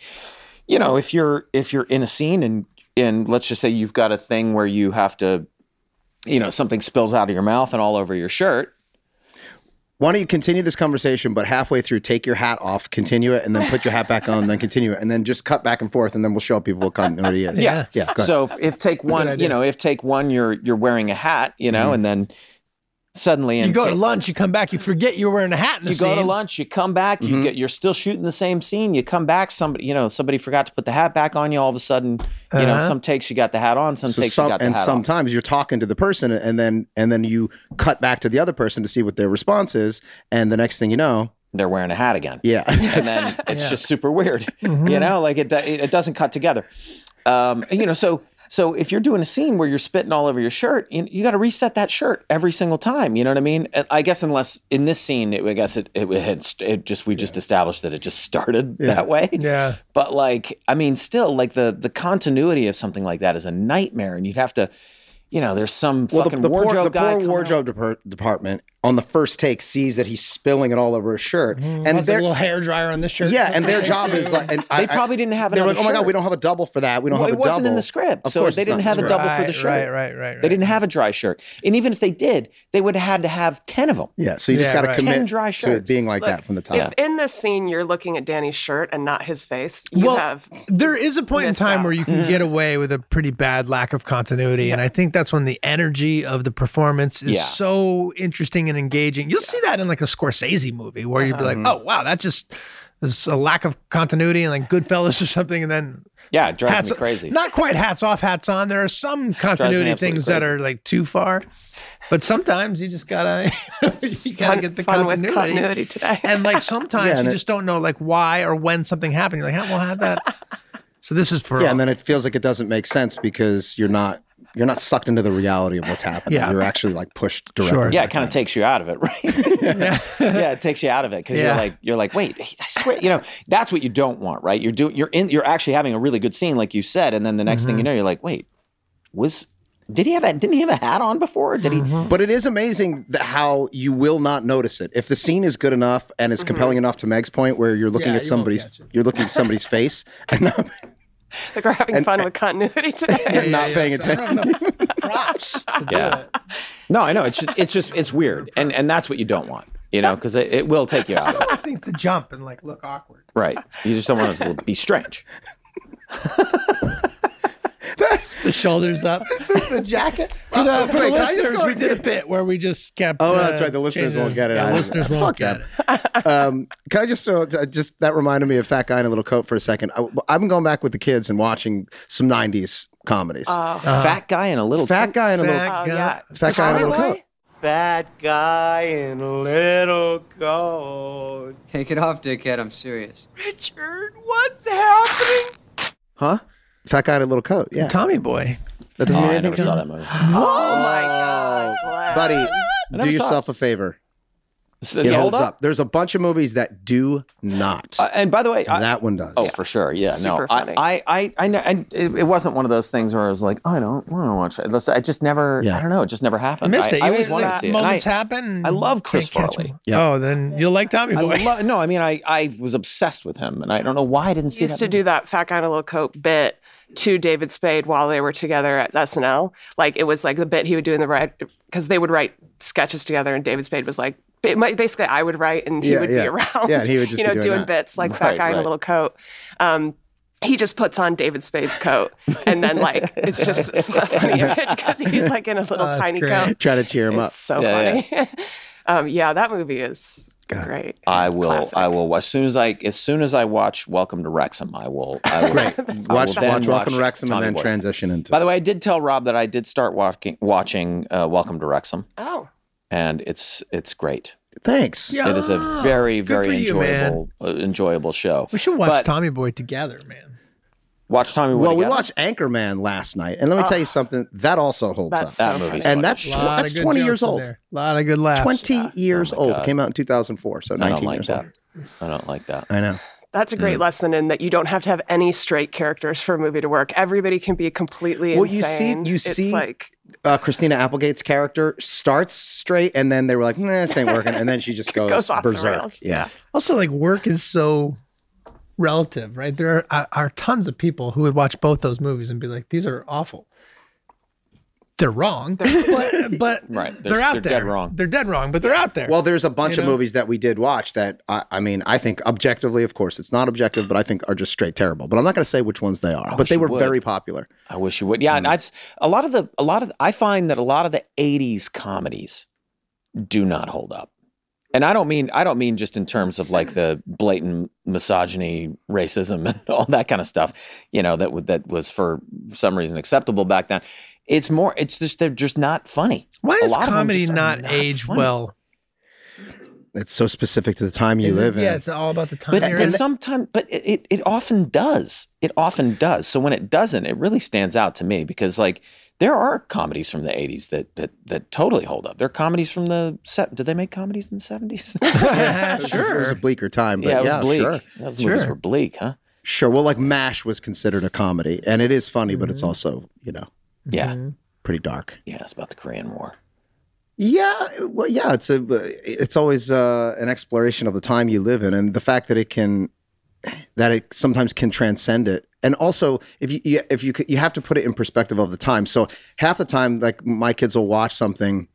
S3: you know, if you're if you're in a scene and and let's just say you've got a thing where you have to, you know, something spills out of your mouth and all over your shirt.
S4: Why don't you continue this conversation, but halfway through, take your hat off, continue it, and then put your hat back on, then continue it, and then just cut back and forth, and then we'll show people what continuity is.
S1: Yeah.
S4: Yeah. go ahead.
S3: So if, if take one, you know, if take one, you're you're wearing a hat, you know, and then suddenly
S1: You
S3: in
S1: go
S3: take-
S1: to lunch, you come back, you forget you're wearing a hat in the
S3: you go to
S1: scene.
S3: lunch, you come back, you get you're still shooting the same scene. You come back, somebody you know somebody forgot to put the hat back on you. All of a sudden, you know, some takes you got the hat on, some
S4: So
S3: takes
S4: some-
S3: you got the
S4: and
S3: hat off.
S4: sometimes you're talking to the person, and then and then you cut back to the other person to see what their response is, and the next thing you know,
S3: They're wearing a hat again,
S4: yeah, Mm-hmm.
S3: and then it's just super weird. You know, like it it doesn't cut together. Um, and, you know, so So if you're doing a scene where you're spitting all over your shirt, you, you got to reset that shirt every single time. You know what I mean? Uh, I guess unless in this scene, it, I guess it it, had st- it just we just established that it just started that way.
S1: Yeah.
S3: But like, I mean, still like the the continuity of something like that is a nightmare, and you'd have to. You know, there's some
S4: Well, the,
S3: fucking
S4: the
S3: wardrobe
S4: poor, the
S3: guy.
S4: poor
S3: come out.
S4: wardrobe depart- department on the first take sees that he's spilling it all over his shirt, and
S1: That's a
S4: their
S1: little hair dryer on this shirt.
S4: yeah, and their job is like, and
S3: They probably didn't have
S4: They're like,
S3: another
S4: oh my god,
S3: shirt."
S4: we don't have a double for that. We don't
S3: Well,
S4: have
S3: it
S4: a double.
S3: wasn't in the script,
S4: Of
S3: so
S4: course
S3: they
S4: it's
S3: didn't
S4: not in
S3: have
S4: the
S3: a
S4: script.
S3: double for the
S1: Right, right,
S3: shirt.
S1: right, right,
S3: They
S1: right.
S3: didn't have a dry shirt, and even if they did, they would have had to have ten of them.
S4: Yeah, so you just
S1: Yeah,
S4: got to
S1: right.
S4: commit
S3: Ten dry
S4: to it
S3: shirts.
S4: being like that from the top.
S2: If in this scene you're looking at Danny's shirt and not his face, you
S1: well,
S2: have
S1: there is a point in
S2: missed
S1: time
S2: out.
S1: where you can
S3: Mm.
S1: get away with a pretty bad lack of continuity, and I think that's when the energy of the performance is
S3: Yeah.
S1: so interesting and engaging. You'll see that in like a Scorsese movie where you'd be like,
S3: Uh-huh.
S1: "Oh wow, that just is a lack of continuity," and like Goodfellas or something, and then
S3: Yeah, it drives
S1: hats
S3: me crazy.
S1: not quite hats off, hats on. There are some continuity
S3: absolutely
S1: things that
S3: crazy.
S1: are like too far, but sometimes you just gotta you gotta
S2: fun-
S1: get the
S2: fun with
S1: continuity.
S2: continuity today.
S1: and like sometimes
S4: Yeah, and
S1: you
S4: it-
S1: just don't know like why or when something happened. You're like, how will have that. So this is for
S4: Yeah,
S1: all-
S4: and then it feels like it doesn't make sense because you're not you're not sucked into the reality of what's happening.
S1: Yeah.
S4: You're actually like pushed directly.
S1: Sure.
S3: yeah, it kind of takes you out of it, right? yeah. it takes you out of it because
S1: Yeah.
S3: you're like, you're like, wait, I swear, you know, that's what you don't want, right? You're doing, you're in, you're actually having a really good scene, like you said, and then the next thing you know, you're like, wait, was did he have that? Didn't he have a hat on before? Or did he?
S4: But it is amazing that how you will not notice it if the scene is good enough and
S3: Mm-hmm.
S4: it's compelling enough to Meg's point where you're looking
S1: Yeah,
S4: at
S1: you won't
S4: somebody's
S1: catch it.
S4: you're looking at somebody's face and not,
S2: like we're having fun with continuity today.
S4: not paying
S1: So I
S4: attention.
S1: don't have enough props. to do
S3: Yeah.
S1: it.
S3: No, I know. It's just, it's just it's weird, and and that's what you don't want, you know, because it, it will take you out of it,
S1: Things to jump and like look awkward.
S3: right? You just don't want it to be strange.
S1: The shoulders up, the jacket. For the, for the
S4: wait, can I just
S1: listeners,
S4: go-
S1: we did a bit where we just kept.
S4: Oh,
S1: uh,
S4: that's right. The listeners
S1: changing-
S4: won't get it.
S1: Yeah,
S4: I-
S1: listeners won't
S4: fuck
S1: get
S4: them.
S1: it.
S4: um, can I just so uh, just that reminded me of Fat Guy in a Little Coat for a second. I, I've been going back with the kids and watching some '90s comedies.
S3: Fat guy in a little
S4: Fat Guy in a Little
S1: Uh-huh. Fat
S2: Oh, yeah.
S1: guy.
S4: Fat Guy in a
S2: Tommy
S4: Little
S2: Boy?
S4: Coat.
S9: Bad guy in a little coat.
S10: Take it off, dickhead. I'm serious.
S9: Richard, what's happening?
S4: Huh? Fat guy in a little coat. Yeah.
S1: Tommy boy.
S4: That doesn't
S3: Oh,
S4: mean
S3: I
S4: anything.
S3: never saw
S4: to
S3: that
S4: me.
S3: movie.
S2: Oh my god.
S4: Buddy,
S3: never
S4: do
S3: saw
S4: yourself a favor.
S3: So,
S4: It
S3: does
S4: holds up? There's a bunch of movies that do not.
S3: Uh, and by the way,
S4: and
S3: I-
S4: that one does.
S3: Oh, for sure. Yeah.
S2: Super
S3: no, I-
S2: funny.
S3: I, I, I know. And it, it wasn't one of those things where I was like, oh, I don't want to watch it. Let's- I just never,
S4: Yeah.
S3: I don't know. It just never happened.
S1: Missed
S3: I,
S1: it.
S3: I
S1: You-
S3: always wanted to
S1: like,
S3: see it. And I,
S1: Moments happen.
S3: I love Chris
S1: Can't catch
S3: Farley.
S1: them.
S4: Yeah.
S1: Oh, then you'll like Tommy
S3: I
S1: boy.
S3: lo- no, I mean, I, I was obsessed with him and I don't know why I didn't see
S2: used
S3: that.
S2: to do that fat guy in a little coat bit to David Spade while they were together at SNL. Like it was like the bit he would do in the right because they would write sketches together, and David Spade was like ba- my- basically I would write and he
S4: Yeah,
S2: would
S4: yeah.
S2: be around.
S4: Yeah, and he would just
S2: you
S4: be
S2: know
S4: doing
S2: doing
S4: that.
S2: bits like
S3: Right,
S2: fat guy in a
S3: right.
S2: little coat. Um, he just puts on David Spade's coat, and then like it's just a funny image because he's like in a little
S1: that's
S2: tiny
S1: great.
S2: coat.
S4: Try to cheer him up.
S2: It's so
S3: Yeah,
S2: funny. um, yeah, that movie is great.
S3: I will.
S2: Classic.
S3: I will. As soon as I, as soon as I watch Welcome to Wrexham, I will. I will Great.
S4: Watch, watch Welcome to Wrexham and then transition into.
S3: By the way, I did tell Rob that I did start walking, watching uh, Welcome to Wrexham,
S2: Oh,
S3: and it's it's great.
S4: Thanks.
S1: Yeah.
S3: It is a very
S1: Ah, Good for
S3: very
S1: you, man.
S3: enjoyable uh, enjoyable show.
S1: We should watch
S3: But-
S1: Tommy Boy together, man.
S3: Watch Tommy. Boy
S4: Well, we
S3: together.
S4: watched Anchorman last night, and let me tell you something that also holds
S2: that's
S4: up.
S2: so
S3: that movie.
S4: and that's tw-
S1: A lot of
S4: that's
S1: good
S4: 20
S1: jokes
S4: years
S1: in
S4: old.
S1: there. A lot of good laughs.
S4: 20 years
S3: my
S4: old.
S3: God.
S4: It came out in 2004, so
S3: I
S4: 19
S3: don't like
S4: years
S3: that.
S4: old.
S3: I don't like that.
S4: I know.
S2: That's a great
S4: Mm.
S2: lesson in that you don't have to have any straight characters for a movie to work. Everybody can be completely
S4: Well, you see-
S2: insane.
S4: you
S2: it's
S4: see-
S2: like
S4: Uh, Christina Applegate's character starts straight, and then they were like, nah, this ain't working. And then she just goes,
S2: Goes off the
S4: berserk.
S2: rails.
S4: Yeah.
S1: Also, like work is so relative, right? There are, are tons of people who would watch both those movies and be like, "These are awful." They're wrong, but, but
S3: Right.
S1: they're,
S3: They're-
S1: out
S3: they're
S1: there.
S3: dead wrong.
S1: They're dead wrong, but they're out there.
S4: Well, there's a bunch
S1: You
S4: of
S1: know?
S4: movies that we did watch that I, I mean, I think objectively, of course, it's not objective, but I think are just straight terrible. But I'm not going to say which ones they are. but they
S3: you
S4: were
S3: would.
S4: very popular.
S3: I wish you would. Yeah, and
S1: Mm.
S3: I've s- a lot of the a lot of I find that a lot of the '80s comedies do not hold up, and I don't mean I don't mean just in terms of like the blatant misogyny, racism, and all that kind of stuff. You know that w- that was for some reason acceptable back then. It's more. It's just they're just not funny.
S1: why
S3: a
S1: does
S3: lot of them
S1: comedy
S3: just are
S1: not, age
S3: funny.
S1: well?
S4: It's so specific to the time you
S1: Is it-
S4: live in.
S1: Yeah, it's all about the time.
S3: But
S1: you're
S3: and
S1: in.
S3: sometimes, but it, it it often does. It often does. So when it doesn't, it really stands out to me because like there are comedies from the '80s that that that totally hold up. There are comedies from the set. Did they make comedies in the '70s?
S4: It was a bleaker time, but
S3: yeah,
S4: yeah,
S3: it was bleak.
S4: sure.
S3: Those movies
S1: Sure.
S3: were bleak, huh?
S4: Sure. Well, like MASH was considered a comedy, and it is funny, but it's also, you know,
S3: Yeah,
S4: pretty dark.
S3: yeah. It's about the Korean War.
S4: Yeah, well, yeah, it's a it's always uh, an exploration of the time you live in, and the fact that it can that it sometimes can transcend it, and also if you you- if you c- you have to put it in perspective of the time. So half the time, like my kids will watch something,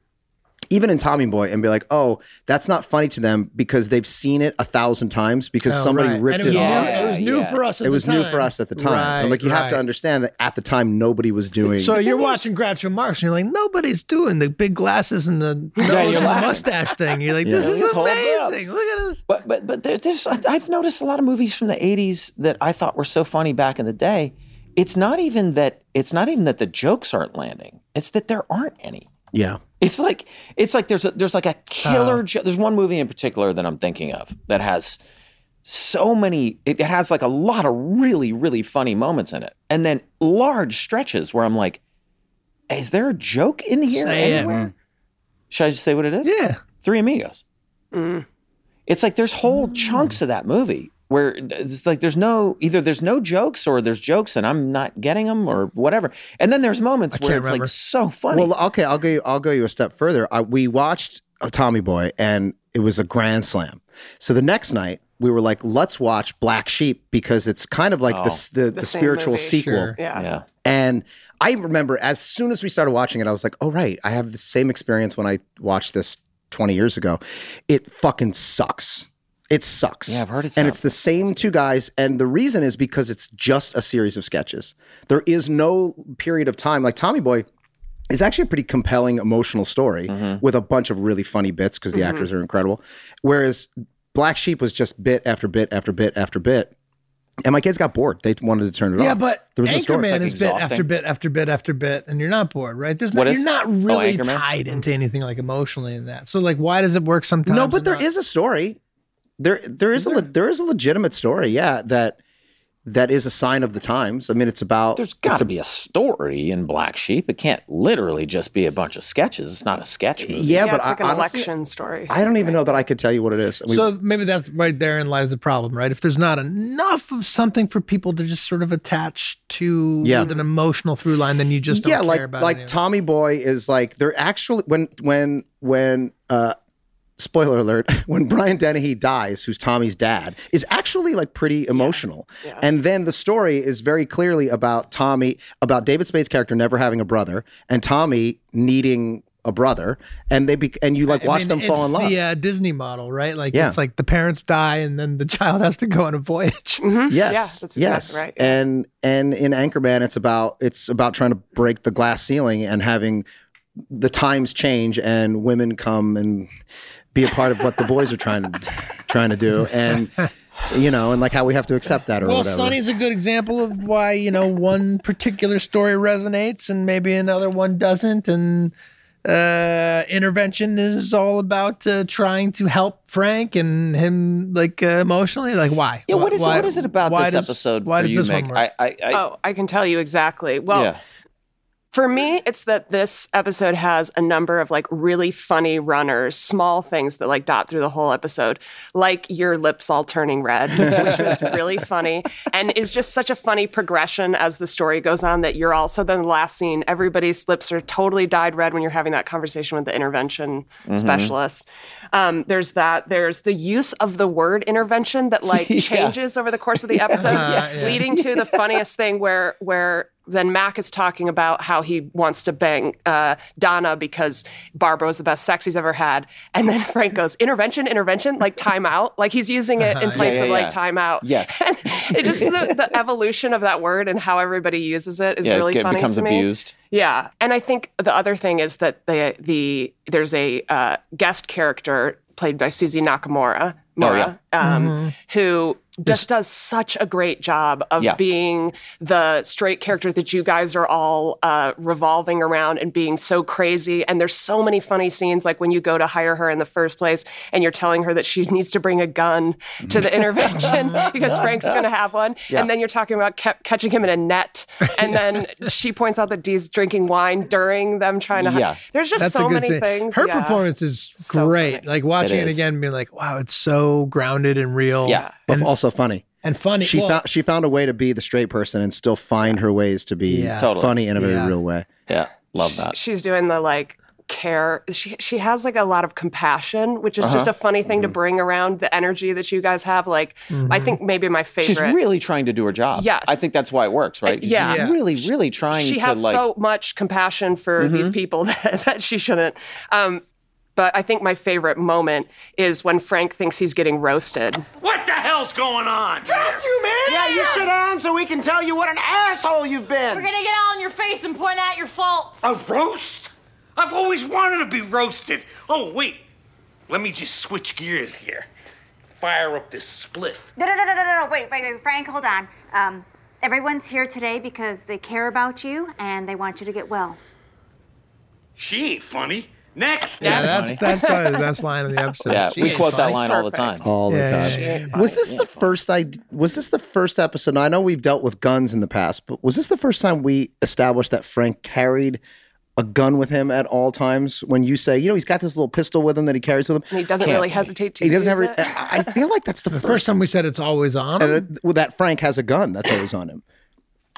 S4: even in Tommy Boy, and be like, "Oh, that's not funny to them because they've seen it a thousand times because
S1: Oh,
S4: somebody
S1: right.
S4: ripped
S1: And was
S4: it off."
S1: new- It was new
S3: Yeah,
S1: for us. At
S4: It
S1: the
S4: was new for
S1: time.
S4: us at the time.
S1: Right,
S4: I'm like you have to
S1: right.
S4: understand that at the time nobody was doing.
S1: So you're watching Groucho Marx, and you're like, nobody's doing the big glasses and the nose
S3: you're
S1: and the
S3: laughing.
S1: mustache thing. You're like,
S4: Yeah.
S1: this is
S3: This holds up.
S1: amazing. Look at this.
S3: But but but there, there's I- I've noticed a lot of movies from the '80s that I thought were so funny back in the day. It's not even that it's not even that the jokes aren't landing. It's that there aren't any.
S4: yeah,
S3: It's like it's like there's a there's like a
S1: Uh-huh.
S3: killer. jo- there's one movie in particular that I'm thinking of that has so many. It has like a lot of really really funny moments in it, and then large stretches where I'm like, is there a joke in here
S1: Say it.
S3: anywhere? Should I just say what it is?
S1: Yeah. Mm.
S3: Three Amigos. It's like there's whole chunks of that movie where it's like there's no either there's no jokes or there's jokes and I'm not getting them or whatever. And then there's moments
S1: I
S3: where
S1: can't
S3: it's
S1: remember.
S3: like so funny.
S4: Well, okay, I'll go. You, I'll go you a step further. I, we watched a Tommy Boy, and it was a grand slam. So the next night, we were like, "Let's watch Black Sheep" because it's kind of like
S3: Oh.
S4: the s- the, the, the
S2: same
S4: spiritual
S2: movie.
S4: sequel.
S1: Sure.
S2: Yeah.
S3: yeah.
S4: And I remember as soon as we started watching it, I was like, oh, right, I have the same experience when I watched this 20 years ago. It fucking sucks. It sucks.
S3: Yeah, I've heard it
S4: And
S3: sucks.
S4: it's the same two guys. And the reason is because it's just a series of sketches. There is no period of time. Like Tommy Boy is actually a pretty compelling emotional story
S3: Mm-hmm.
S4: with a bunch of really funny bits because the actors are incredible. Whereas Black Sheep was just bit after bit after bit after bit. And my kids got bored. They wanted to turn it off.
S1: Yeah, but
S4: there was no
S1: Anchorman
S4: story. It's like
S1: is bit
S3: exhausting.
S1: after bit after bit after bit, and you're not bored, right? There's
S3: What
S1: not,
S3: is-
S1: you're not
S3: Oh,
S1: really
S3: Anchorman?
S1: tied into anything like emotionally in that. So like, why does it work sometimes?
S4: No, but
S1: and
S4: there
S1: not?
S4: is a story. There there is, a le- there is a legitimate story, yeah, that that is a sign of the times. I mean, it's about
S3: There's got to be a story in Black Sheep. It can't literally just be a bunch of sketches. It's not a sketch movie.
S4: yeah, but
S2: it's like
S4: I,
S2: an
S4: honestly,
S2: election story.
S4: I don't even know that I could tell you what it is. I mean,
S1: so maybe that's right therein lies the problem, right? If there's not enough of something for people to just sort of attach to
S4: Yeah.
S1: with an emotional through line, then you just don't
S4: yeah,
S1: care
S4: like
S1: about
S4: like
S1: any of it.
S4: Tommy Boy is like they're actually when when when uh spoiler alert when Brian Dennehy dies, who's Tommy's dad, is actually like pretty emotional. And then the story is very clearly about Tommy about David Spade's character never having a brother and Tommy needing a brother and they be, and you like
S1: I
S4: watch
S1: mean,
S4: them fall
S1: it's
S4: in love.
S1: The uh, Disney model, right? Like
S4: Yeah.
S1: it's like the parents die, and then the child has to go on a voyage.
S4: Yes.
S2: Yeah, that's exactly
S4: yes.
S2: right, yeah.
S4: And and in Anchorman, it's about it's about trying to break the glass ceiling and having the times change and women come and be a part of what the boys are trying to trying to do and you know and like how we have to accept that or
S1: Well,
S4: whatever.
S1: Sonny's a good example of why you know one particular story resonates and maybe another one doesn't. And uh, intervention is all about uh, trying to help Frank and him like uh, emotionally. Like why?
S3: Yeah, what is
S1: why,
S3: what is it about
S1: why
S3: this
S1: does-
S3: episode
S1: Why
S3: for
S1: does
S3: you,
S1: this
S3: Meg?
S1: one work?
S3: I, I, I
S2: oh, I can tell you exactly. Well,
S3: yeah.
S2: For me, it's that this episode has a number of like really funny runners, small things that like dot through the whole episode, like your lips all turning red, which was really funny and is just such a funny progression as the story goes on that you're also then the last scene, everybody's lips are totally dyed red when you're having that conversation with the intervention specialist. Um, there's that. There's the use of the word intervention that like changes over the course of the episode,
S3: Uh-huh,
S2: leading to the funniest thing where where then Mac is talking about how he wants to bang uh, Donna because Barbara was the best sex he's ever had. And then Frank goes, intervention, intervention, like timeout. Like he's using it in place
S3: Uh-huh. yeah,
S2: of like
S3: yeah.
S2: timeout.
S3: Yes.
S2: And it just, the, the evolution of that word and how everybody uses it is
S3: Yeah,
S2: really
S3: it get-
S2: funny
S3: becomes
S2: to me.
S3: abused.
S2: Yeah, and I think the other thing is that the
S3: Oh,
S2: the there's a uh, guest character played by Susie Nakamura. Mora, um,
S1: Mm-hmm.
S6: Mhm.
S2: who just does such a great job of
S6: Yeah.
S2: being the straight character that you guys are all uh, revolving around and being so crazy. And there's so many funny scenes, like when you go to hire her in the first place and you're telling her that she needs to bring a gun to the intervention because Frank's going to have one.
S6: Yeah.
S2: And then you're talking about ca- catching him in a net. And then she points out that Dee's drinking wine during them trying to. hi-
S1: Yeah.
S2: There's just
S1: That's a
S2: so
S1: good
S2: many
S1: scene.
S2: things.
S1: Her
S2: yeah.
S1: performance is great. like watching it,
S4: is.
S1: again, being like, wow, it's so grounded and real.
S4: but also funny.
S1: And funny.
S4: She
S1: well,
S4: found she found a way to be the straight person and still find her ways to be
S2: Yeah.
S3: Totally.
S4: funny in a very
S3: Yeah.
S4: real way.
S3: Yeah, love that.
S2: she's doing the like care she she has like a lot of compassion which is just
S3: Uh-huh.
S2: a funny thing to bring around the energy that you guys have like i
S3: Mhm.
S2: think maybe my favorite
S3: She's really trying to do her job.
S2: Yes.
S3: I think that's why it works, right? She's
S2: yeah. Yeah.
S3: really, really trying
S2: she
S3: to
S2: has
S3: like.
S2: so much compassion for these
S3: Mhm.
S2: people that, that she shouldn't um but i think my favorite moment is when frank thinks he's getting roasted
S5: What the hell's going on? Dropped you, man! Yeah, you sit down so we can tell you what an asshole you've been.
S6: We're gonna get all in your face and point out your faults.
S11: Oh.
S5: A roast?
S7: I've always wanted to be roasted. Oh, wait. Let me just switch gears here. Fire up this spliff.
S11: No, no, no, no, no, no, no. Wait, wait, wait, Frank, hold on. Um, everyone's here today because they care about you and they want you to get well.
S7: She ain't funny. Next.
S1: yeah, that's that's probably the best line in the episode.
S3: Yeah,
S1: She
S3: we
S1: ain't
S3: quote that
S1: funny.
S3: line all the time.
S4: all the
S1: Yeah, yeah,
S4: time.
S1: yeah, yeah.
S4: Oh, Was this the first I was this the first episode? Now, I know we've dealt with guns in the past, but was this the first time we established that Frank carried a gun with him at all times? When you say, you know, he's got this little pistol with him that he carries with him,
S2: and he doesn't
S4: Can't
S2: really
S4: be.
S2: hesitate to
S4: He doesn't uh,
S2: use
S4: ever.
S2: it.
S4: I I feel like that's the,
S1: The first time we said it's always on.
S4: uh, well, that Frank has a gun that's always on him.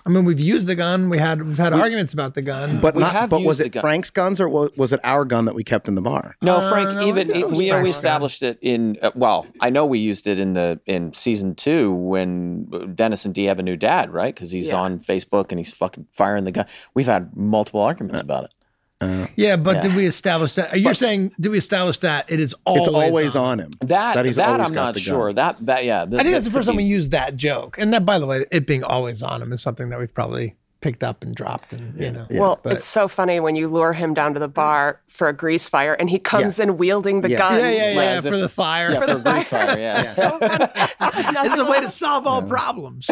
S1: I mean, we've used the gun. We had we've had arguments about the gun,
S4: But not. But was it Frank's guns or was, was it our gun that we kept in the bar?
S3: No,
S1: Uh,
S3: Frank.
S1: no, I
S3: even
S1: think it was
S3: we, you know, we
S1: Frank's gun.
S3: established it in. Uh, well, I know we used it in the in season two when uh, Dennis and Dee have a new dad, right? Because he's
S1: Yeah.
S3: on Facebook and he's fucking firing the gun. We've had multiple
S1: Uh,
S3: arguments about it.
S1: Yeah, but
S3: Yeah.
S1: did we establish that? You're saying did we establish that it is always
S4: on him?
S3: That
S1: That
S3: that,
S1: he's always
S3: I'm
S1: got
S3: not
S1: the gun.
S3: sure. That that yeah.
S1: I think that's the first time we used that joke. And that, by the way, it being always on him is something that we've probably picked up and dropped, and you know.
S2: well,
S1: but-
S2: it's so funny when you lure him down to the bar for a grease fire, and he comes in wielding the
S1: yeah.
S2: gun.
S1: Yeah, yeah, yeah,
S2: like-
S1: for the fire.
S2: For the
S3: grease fire. Yeah.
S1: it's a way to solve all problems.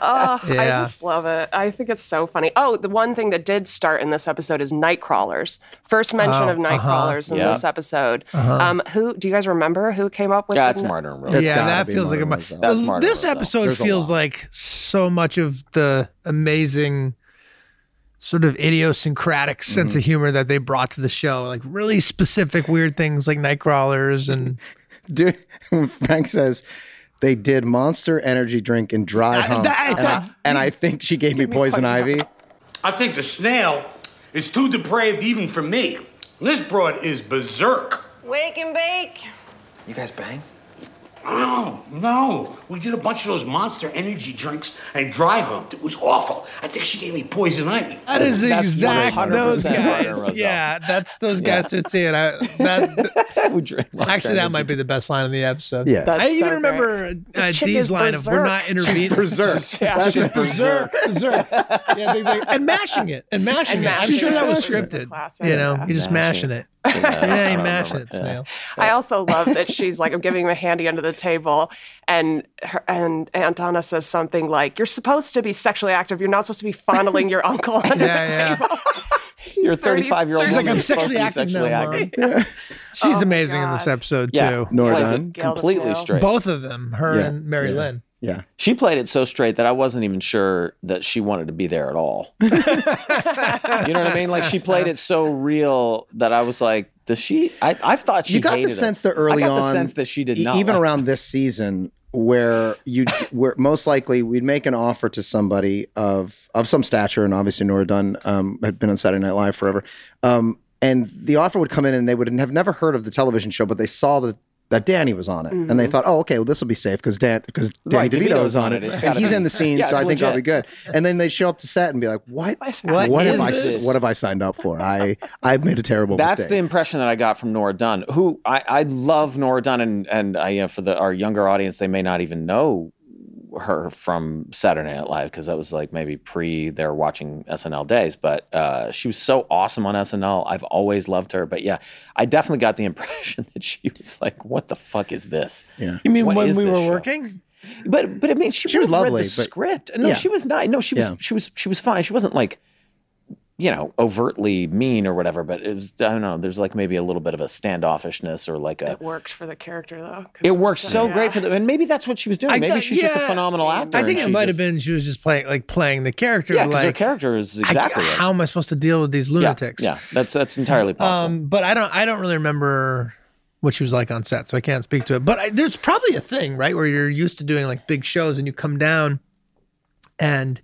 S2: Oh, I
S1: Yeah.
S2: just love it. I think it's so funny. Oh, the one thing that did start in this episode is Nightcrawlers. First mention
S3: Oh,
S2: of Nightcrawlers
S3: uh-huh.
S2: in
S3: Yeah.
S2: this episode.
S3: Uh-huh.
S2: Um, who do you guys remember who came up with?
S3: Yeah,
S2: the
S3: it's
S2: n-
S3: Martin and Rose.
S1: yeah, that feels like a mu-
S3: That's
S1: Th-
S3: Martin and
S1: This
S3: Rose, though.
S1: episode
S3: There's a
S1: feels
S3: lot.
S1: like so much of the amazing sort of idiosyncratic sense of humor that they brought to the show, like really specific weird things like Nightcrawlers and
S4: Dude, Frank says they did Monster Energy drink and dry humps,
S7: that-
S4: and, I, and I think she gave me poison ivy.
S7: I think the snail is too depraved even for me. This broad is berserk.
S11: Wake and bake.
S7: You guys bang? No, no. We did a bunch of those monster energy drinks and dry humped. It was awful. I think she gave me poison ivy.
S1: that is the exact those
S7: 100% Martin
S1: guys.
S7: Rose.
S1: Yeah, that's those
S7: Yeah.
S1: guys that see it. I, that, actually, that might be the best line in the episode.
S4: Yeah.
S1: I
S4: That's
S1: even
S4: so
S1: remember
S4: great.
S1: uh,
S4: This chick
S1: Dee's
S4: is
S1: line of "We're not
S4: berserk.
S1: intervening."
S4: She's berserk.
S1: Yeah,
S4: That's
S1: she's
S4: it.
S1: berserk. berserk. Yeah, they, they, and mashing it. And mashing
S2: And
S1: it. I'm
S2: mashing
S1: sure
S2: it.
S1: that was
S2: Mashing it.
S1: scripted.
S2: Classic.
S1: You know,
S2: Yeah.
S1: you're just mashing
S2: Mashing.
S1: it.
S2: Yeah.
S1: Yeah,
S2: I
S1: you're
S2: don't
S1: mashing it, snail.
S2: I also love that she's like, I'm giving him a handy under the table, and her, and Aunt Donna says something like, "You're supposed to be sexually active. You're not supposed to be fondling your uncle." Under the
S1: Yeah, yeah.
S2: table."
S3: You're a 35 year old.
S1: She's like, I'm sexually active now, Mom. She's amazing in this episode too.
S3: Yeah. Plays it completely straight.
S1: Both of them, her
S3: Yeah.
S1: and Mary
S3: Yeah.
S1: Lynn.
S4: Yeah.
S3: She played it so straight that I wasn't even sure that she wanted to be there at all. you know what I mean? Like she played it so real that I was like, does she? I, I thought she
S4: you got the
S3: hated it.
S4: sense that early
S3: I got
S4: on,
S3: the sense that she did
S4: e-
S3: not.
S4: even
S3: like-
S4: around this season, where you where most likely we'd make an offer to somebody of of some stature, and obviously Nora Dunn um, had been on Saturday Night Live forever, um, and the offer would come in, and they would have never heard of the television show, but they saw that. That Danny was on it, and they
S3: Mhm.
S4: thought, "Oh, okay, well, this will be safe because Dan because Danny
S3: Right,
S4: DeVito is
S3: DeVito's
S4: on
S3: on
S4: it,
S3: it. It's
S4: and
S3: gotta
S4: he's
S3: be-
S4: in the scene,
S3: Yeah,
S4: so
S3: it's
S4: I think I'll be
S3: legit.
S4: good." And then they show up to set and be like, "What?
S3: happening?
S4: what
S3: What
S4: have I?
S3: is this?
S4: What have I signed up for? I I've made a terrible
S3: That's
S4: mistake."
S3: the impression that I got from Nora Dunn, who uh, I, I love Nora Dunn, and and I, you know, for the our younger audience, they may not even know her from Saturday Night Live because that was like maybe pre they're watching SNL days. But uh, she was so awesome on SNL. I've always loved her. But yeah, I definitely got the impression that she was like, "What the fuck is this?"
S4: Yeah.
S1: You mean
S3: What
S1: when
S3: is
S1: we
S3: this
S1: were
S3: show?
S1: working?
S3: But but I mean, she,
S1: She was
S3: would've read
S1: lovely,
S3: the
S1: but-
S3: script. No,
S1: yeah.
S3: she was not. No, she was
S1: Yeah.
S3: she was she was fine. She wasn't like you know overtly mean or whatever. But it was I don't know. There's like maybe a little bit of a standoffishness or like a.
S2: It worked for the character though. 'cause
S3: It works so
S2: yeah.
S3: great for them, and maybe that's what she was doing.
S1: I
S3: maybe
S1: thought-
S3: she's just a
S1: yeah.
S3: phenomenal actor.
S1: I think
S3: and
S1: it
S3: she
S1: might
S3: just-
S1: have been she was just playing like playing the character.
S3: Yeah, because
S1: like
S3: her character is
S1: I-
S3: exactly it.
S1: how am I supposed to deal with these lunatics?
S3: Yeah, yeah, that's that's entirely possible.
S1: Um, but I don't I don't really remember what she was like on set, so I can't speak to it. But I, there's probably a thing, right, where you're used to doing like big shows and you come down and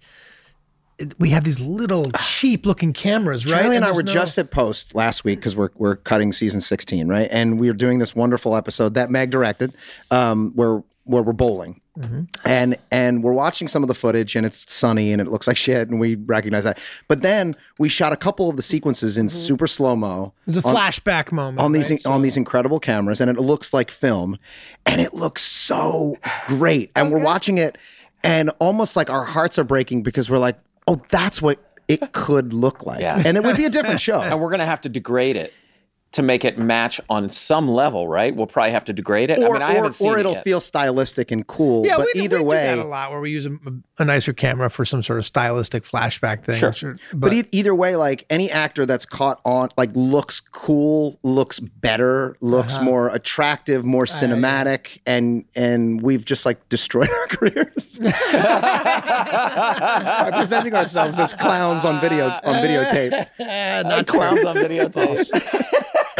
S1: it, we have these little cheap looking cameras, right?
S4: Ah. Charlie and, I
S1: there's
S4: were
S1: no-
S4: just at Post last week because we're we're cutting season sixteen, right? And we were doing this wonderful episode that Meg directed, um, where where we're bowling.
S1: Mm-hmm.
S4: And and we're watching some of the footage, and it's sunny, and it looks like shit, and we recognize that. But then we shot a couple of the sequences
S1: Mm-hmm.
S4: in super slow mo.
S1: there's a
S4: on-
S1: flashback moment
S4: on these
S1: right?
S4: on these incredible cameras, and it looks like film, and it looks so great. And we're watching it, and almost like our hearts are breaking because we're like, oh, that's what it could look like,
S3: Yeah.
S4: and it would be a different show.
S3: and we're gonna have to degrade it to make it match on some level, right? We'll probably have to degrade it. I
S4: or,
S3: mean, I
S4: or-
S3: haven't seen
S4: or
S3: it
S4: it'll
S3: yet.
S4: feel stylistic and cool.
S1: Yeah,
S4: but
S1: we, do-
S4: either
S1: we
S4: way,
S1: do that a lot where we use a, a nicer camera for some sort of stylistic flashback thing.
S4: Sure.
S1: but,
S4: But, e either way, like any actor that's caught on, like looks cool, looks better, looks
S1: Uh-huh.
S4: more attractive, more cinematic, and and we've just like destroyed our careers by presenting ourselves as clowns on video on videotape.
S1: not
S3: clowns on videotape.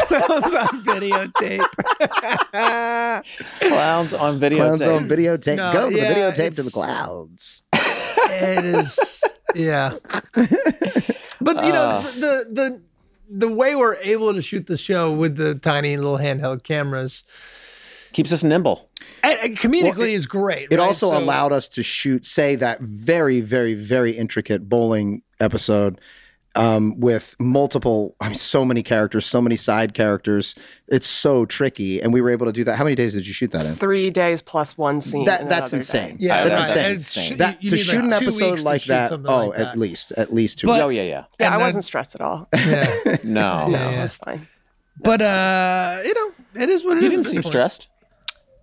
S1: clowns on videotape.
S3: clowns on videotape.
S4: Clowns on videotape.
S1: No,
S4: Go to
S1: yeah,
S4: the videotape to the
S1: it's-
S4: clouds.
S1: it is yeah but you know
S3: Uh.
S4: Ah.
S1: the the the way we're able to shoot the show with the tiny little handheld cameras
S3: Keeps us nimble.
S1: and, and comedically is great
S4: It
S1: right?
S4: also
S1: So-
S4: allowed us to shoot, say, that very, very, very intricate bowling episode um, with multiple, I mean, so many characters, so many side characters. It's so tricky. And we were able to do that. How many days did you shoot that in?
S2: Three days plus one scene.
S4: That-
S2: and
S4: that's
S2: another day.
S4: insane.
S1: Yeah,
S4: that's
S1: right.
S4: insane.
S1: And it's-
S4: That,
S1: you- you
S4: to
S1: need
S4: shoot
S1: like
S4: an
S1: two
S4: episode
S1: weeks to
S4: like
S1: shoot
S4: that,
S1: something
S4: oh,
S1: like
S4: at
S1: that.
S4: least, at least two.
S1: But-
S3: oh yeah, yeah.
S2: Yeah,
S1: And
S2: I
S1: that-
S2: wasn't stressed at all.
S1: yeah.
S3: No,
S1: Yeah.
S2: That's fine.
S1: but uh you know it is what it is.
S3: you
S1: at
S3: didn't
S1: this
S3: seem
S1: point.
S3: stressed.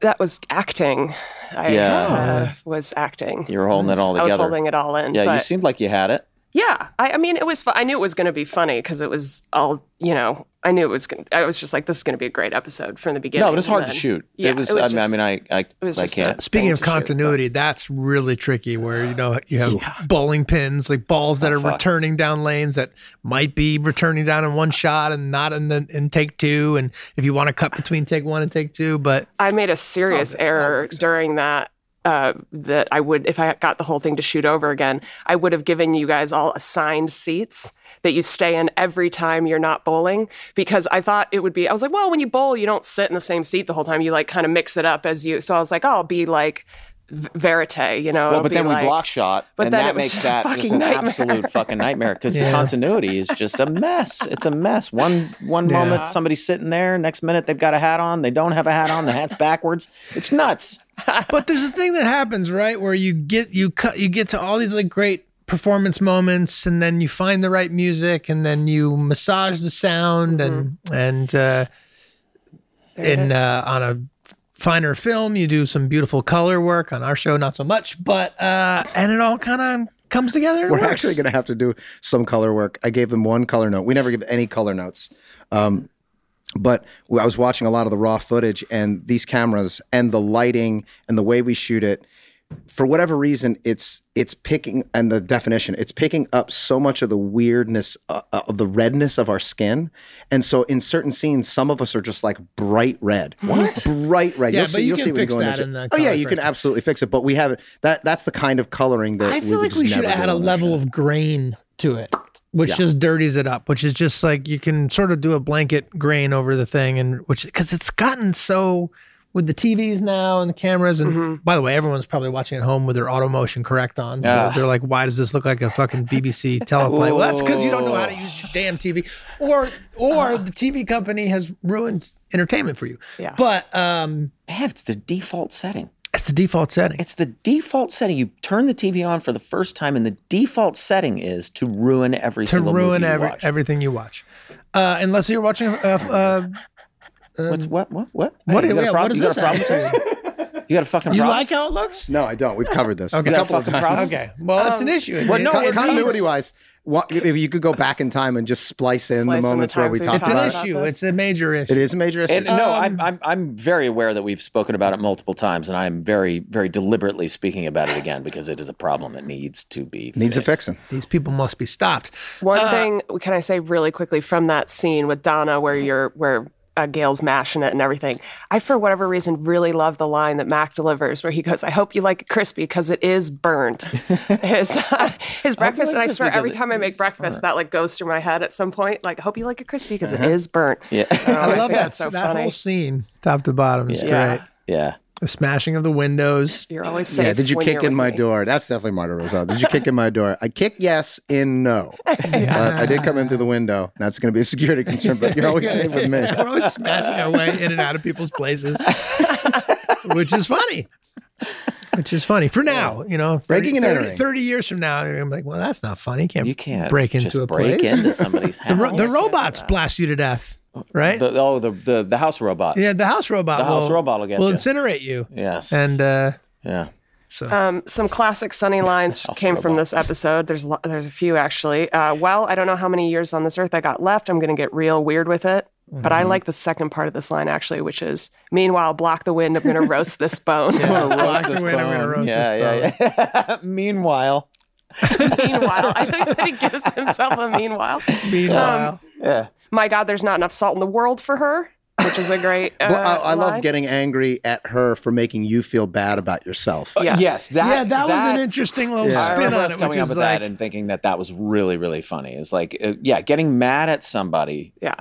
S2: That was acting. I
S3: Yeah.
S2: uh, was acting.
S3: You were holding it all
S2: I was
S3: together.
S2: holding it all in.
S3: yeah, you
S2: but-
S3: seemed like you had it.
S2: Yeah, I, I mean, it was. fu- I knew it was going to be funny because it was all you know. I knew it was. Gonna, I was just like, this is going to be a great episode from the beginning.
S3: No, it was hard
S2: and
S3: to
S2: then-
S3: shoot.
S2: Yeah,
S3: it was. I, mean, I
S2: just-
S3: mean, I, I,
S2: was
S3: I
S2: just a-
S3: can't.
S1: Speaking
S2: thing
S1: of
S2: to shoot, but-
S1: continuity, that's really tricky. Where you know you have bowling pins, like balls that
S3: Oh,
S1: are
S3: fuck.
S1: returning down lanes that might be returning down in one shot and not in the in take two. And if you want to cut between take one and take two, but
S2: I made a serious error during that. Uh, that I would, if I got the whole thing to shoot over again, I would have given you guys all assigned seats that you stay in every time you're not bowling because I thought it would be. I was like, well, when you bowl, you don't sit in the same seat the whole time. You like kind of mix it up as you. So I was like, oh, I'll be like v- verite, you know.
S3: Well,
S2: it'll
S3: but
S2: be
S3: then
S2: like-
S3: we block shot,
S2: but
S3: and
S2: then
S3: that
S2: it was
S3: makes
S2: a
S3: that just
S2: fucking
S3: an
S2: nightmare.
S3: absolute fucking nightmare because the
S1: Yeah.
S3: continuity is just a mess. It's a mess. One one
S1: Yeah.
S3: moment somebody's sitting there, next minute they've got a hat on, they don't have a hat on, the hat's backwards. It's nuts.
S1: but there's a thing that happens right where you get you cut you get to all these like great performance moments, and then you find the right music, and then you massage the sound, and and uh, in uh, on a finer film. You do some beautiful color work on our show, not so much, but uh, and it all kind of comes together. and
S4: We're
S1: works.
S4: actually going to have to do some color work. I gave them one color note. We never give any color notes. Um, but I was watching a lot of the raw footage and these cameras and the lighting and the way we shoot it. For whatever reason, it's it's picking and the definition. It's picking up so much of the weirdness uh, uh, of the redness of our skin, and so in certain scenes, some of us are just like bright red. What? Bright red.
S1: Yeah,
S4: you'll
S1: but
S4: see.
S1: you
S4: You'll
S1: can
S4: see when
S1: fix
S4: you go
S1: that
S4: into.
S1: in the
S4: oh yeah,
S1: color
S4: you can
S1: correction.
S4: absolutely fix it. But we haven't. That that's the kind of coloring that
S1: I feel
S4: would
S1: like we
S4: just
S1: should
S4: never do
S1: add a
S4: on the
S1: level
S4: show.
S1: of grain to it, which
S4: Yeah.
S1: just dirties it up. Which is just like you can sort of do a blanket grain over the thing, and which because it's gotten so with the TVs now and the cameras, and
S4: Mm-hmm.
S1: by the way, everyone's probably watching at home with their auto motion correct on. So
S3: Ah.
S1: they're like, "Why does this look like a fucking BBC teleplay?" well, that's because you don't know how to use your damn TV, or
S4: Uh-huh.
S1: or the TV company has ruined entertainment for you.
S2: Yeah.
S1: But um,
S3: Yeah, it's the default setting.
S1: It's the default setting.
S3: It's the default setting. You turn the TV on for the first time, and the default setting is to ruin every
S1: to
S3: single
S1: ruin
S3: movie you
S1: every,
S3: watch.
S1: everything you watch, uh, unless you're watching. Uh, f- uh,
S3: What's what? What? What?
S1: What,
S3: Hey, you
S1: yeah,
S3: got
S1: what
S3: a problem?
S1: is
S3: You got a
S1: this?
S3: problem? You got a fucking
S1: you
S3: problem?
S1: like how it looks?
S4: No, I don't. We've covered this
S1: Okay.
S4: a couple of
S1: Fucking problem.
S4: times.
S1: Okay. Well, it's an issue.
S4: Well, no,
S1: It- it
S4: continuity
S1: needs-
S4: wise, what, if you could go back in time and just splice
S2: Splice
S4: in
S2: in
S4: the
S2: the
S4: moments where
S2: times
S4: we
S2: we
S4: talked
S1: It's an
S4: about it.
S1: issue. It's a major issue.
S4: It is a major issue.
S3: And no,
S1: Um,
S3: I'm, I'm I'm very aware that we've spoken about it multiple times, and I'm very very deliberately speaking about it again because it is a problem that needs to be
S4: Needs a fixing.
S1: These people must be stopped.
S2: One
S3: Uh,
S2: thing can I say really quickly from that scene with Donna,
S3: Mm-hmm.
S2: where you're where uh, Gail's mashing it and everything. I, for whatever reason, really love the line that Mac delivers, where he goes, "I hope you like it crispy because it is burnt." his uh, his breakfast, and I
S3: crispy
S2: swear
S3: 'cause
S2: every
S3: it
S2: time I make breakfast, that like goes through my head at some point. Like, hope you like it crispy because is burnt.
S3: Uh-huh. Yeah,
S1: I love
S2: think
S1: that.
S2: that's so
S1: that
S2: funny.
S1: whole scene, top to bottom, is
S2: Yeah.
S1: great.
S3: yeah.
S1: The smashing of the windows.
S2: You're always safe.
S4: yeah, did you
S2: when
S4: kick
S2: you're
S4: in
S2: with
S4: my
S2: me.
S4: door? That's definitely Marta Rosado. Did you kick in my door? I kick yes in no. But I did come in through the window. That's going to be a security concern, but you're always safe with me.
S1: We're always smashing our way in and out of people's places, which is funny. Which is funny for now, you know. 30,
S4: Breaking and
S1: 30
S4: entering.
S1: 30 years from now, I'm like, well, that's not funny. You can't,
S3: You can't
S1: break into
S3: just
S1: a
S3: break
S1: place.
S3: into somebody's house.
S1: the, ro- the robots blast you to death, right?
S3: The- oh, the, the the house robot.
S1: yeah, the house robot.
S3: The house
S1: will,
S3: robot will get
S1: will
S3: you.
S1: incinerate you.
S3: Yes.
S1: And uh,
S3: yeah.
S1: so,
S2: Um, some classic Sunny lines came from this episode. There's lo- there's a few actually. Uh, well, I don't know how many years on this earth I got left. I'm going to get real weird with it. But I like the second part of this line actually, which is meanwhile, block the wind. I'm going to roast this bone.
S1: roast
S3: Roast
S1: the
S3: this
S1: winner, we're gonna
S3: bone.
S1: roast
S3: yeah,
S1: this
S3: yeah, yeah. Meanwhile,
S2: meanwhile, I think that he gives himself a meanwhile.
S1: meanwhile,
S3: Um, yeah.
S2: My God, there's not enough salt in the world for her, which is a great. Uh,
S4: Well, I, I
S2: line.
S4: love getting angry at her for making you feel bad about yourself.
S2: Yes.
S3: That,
S1: yeah, that, was an interesting little
S4: Yeah.
S3: I
S1: spin
S3: remember
S1: on
S3: us
S1: it, which
S3: coming up
S1: is
S3: with
S1: like
S3: that and thinking that that was really, really funny. It's like, uh, yeah, getting mad at somebody
S2: yeah.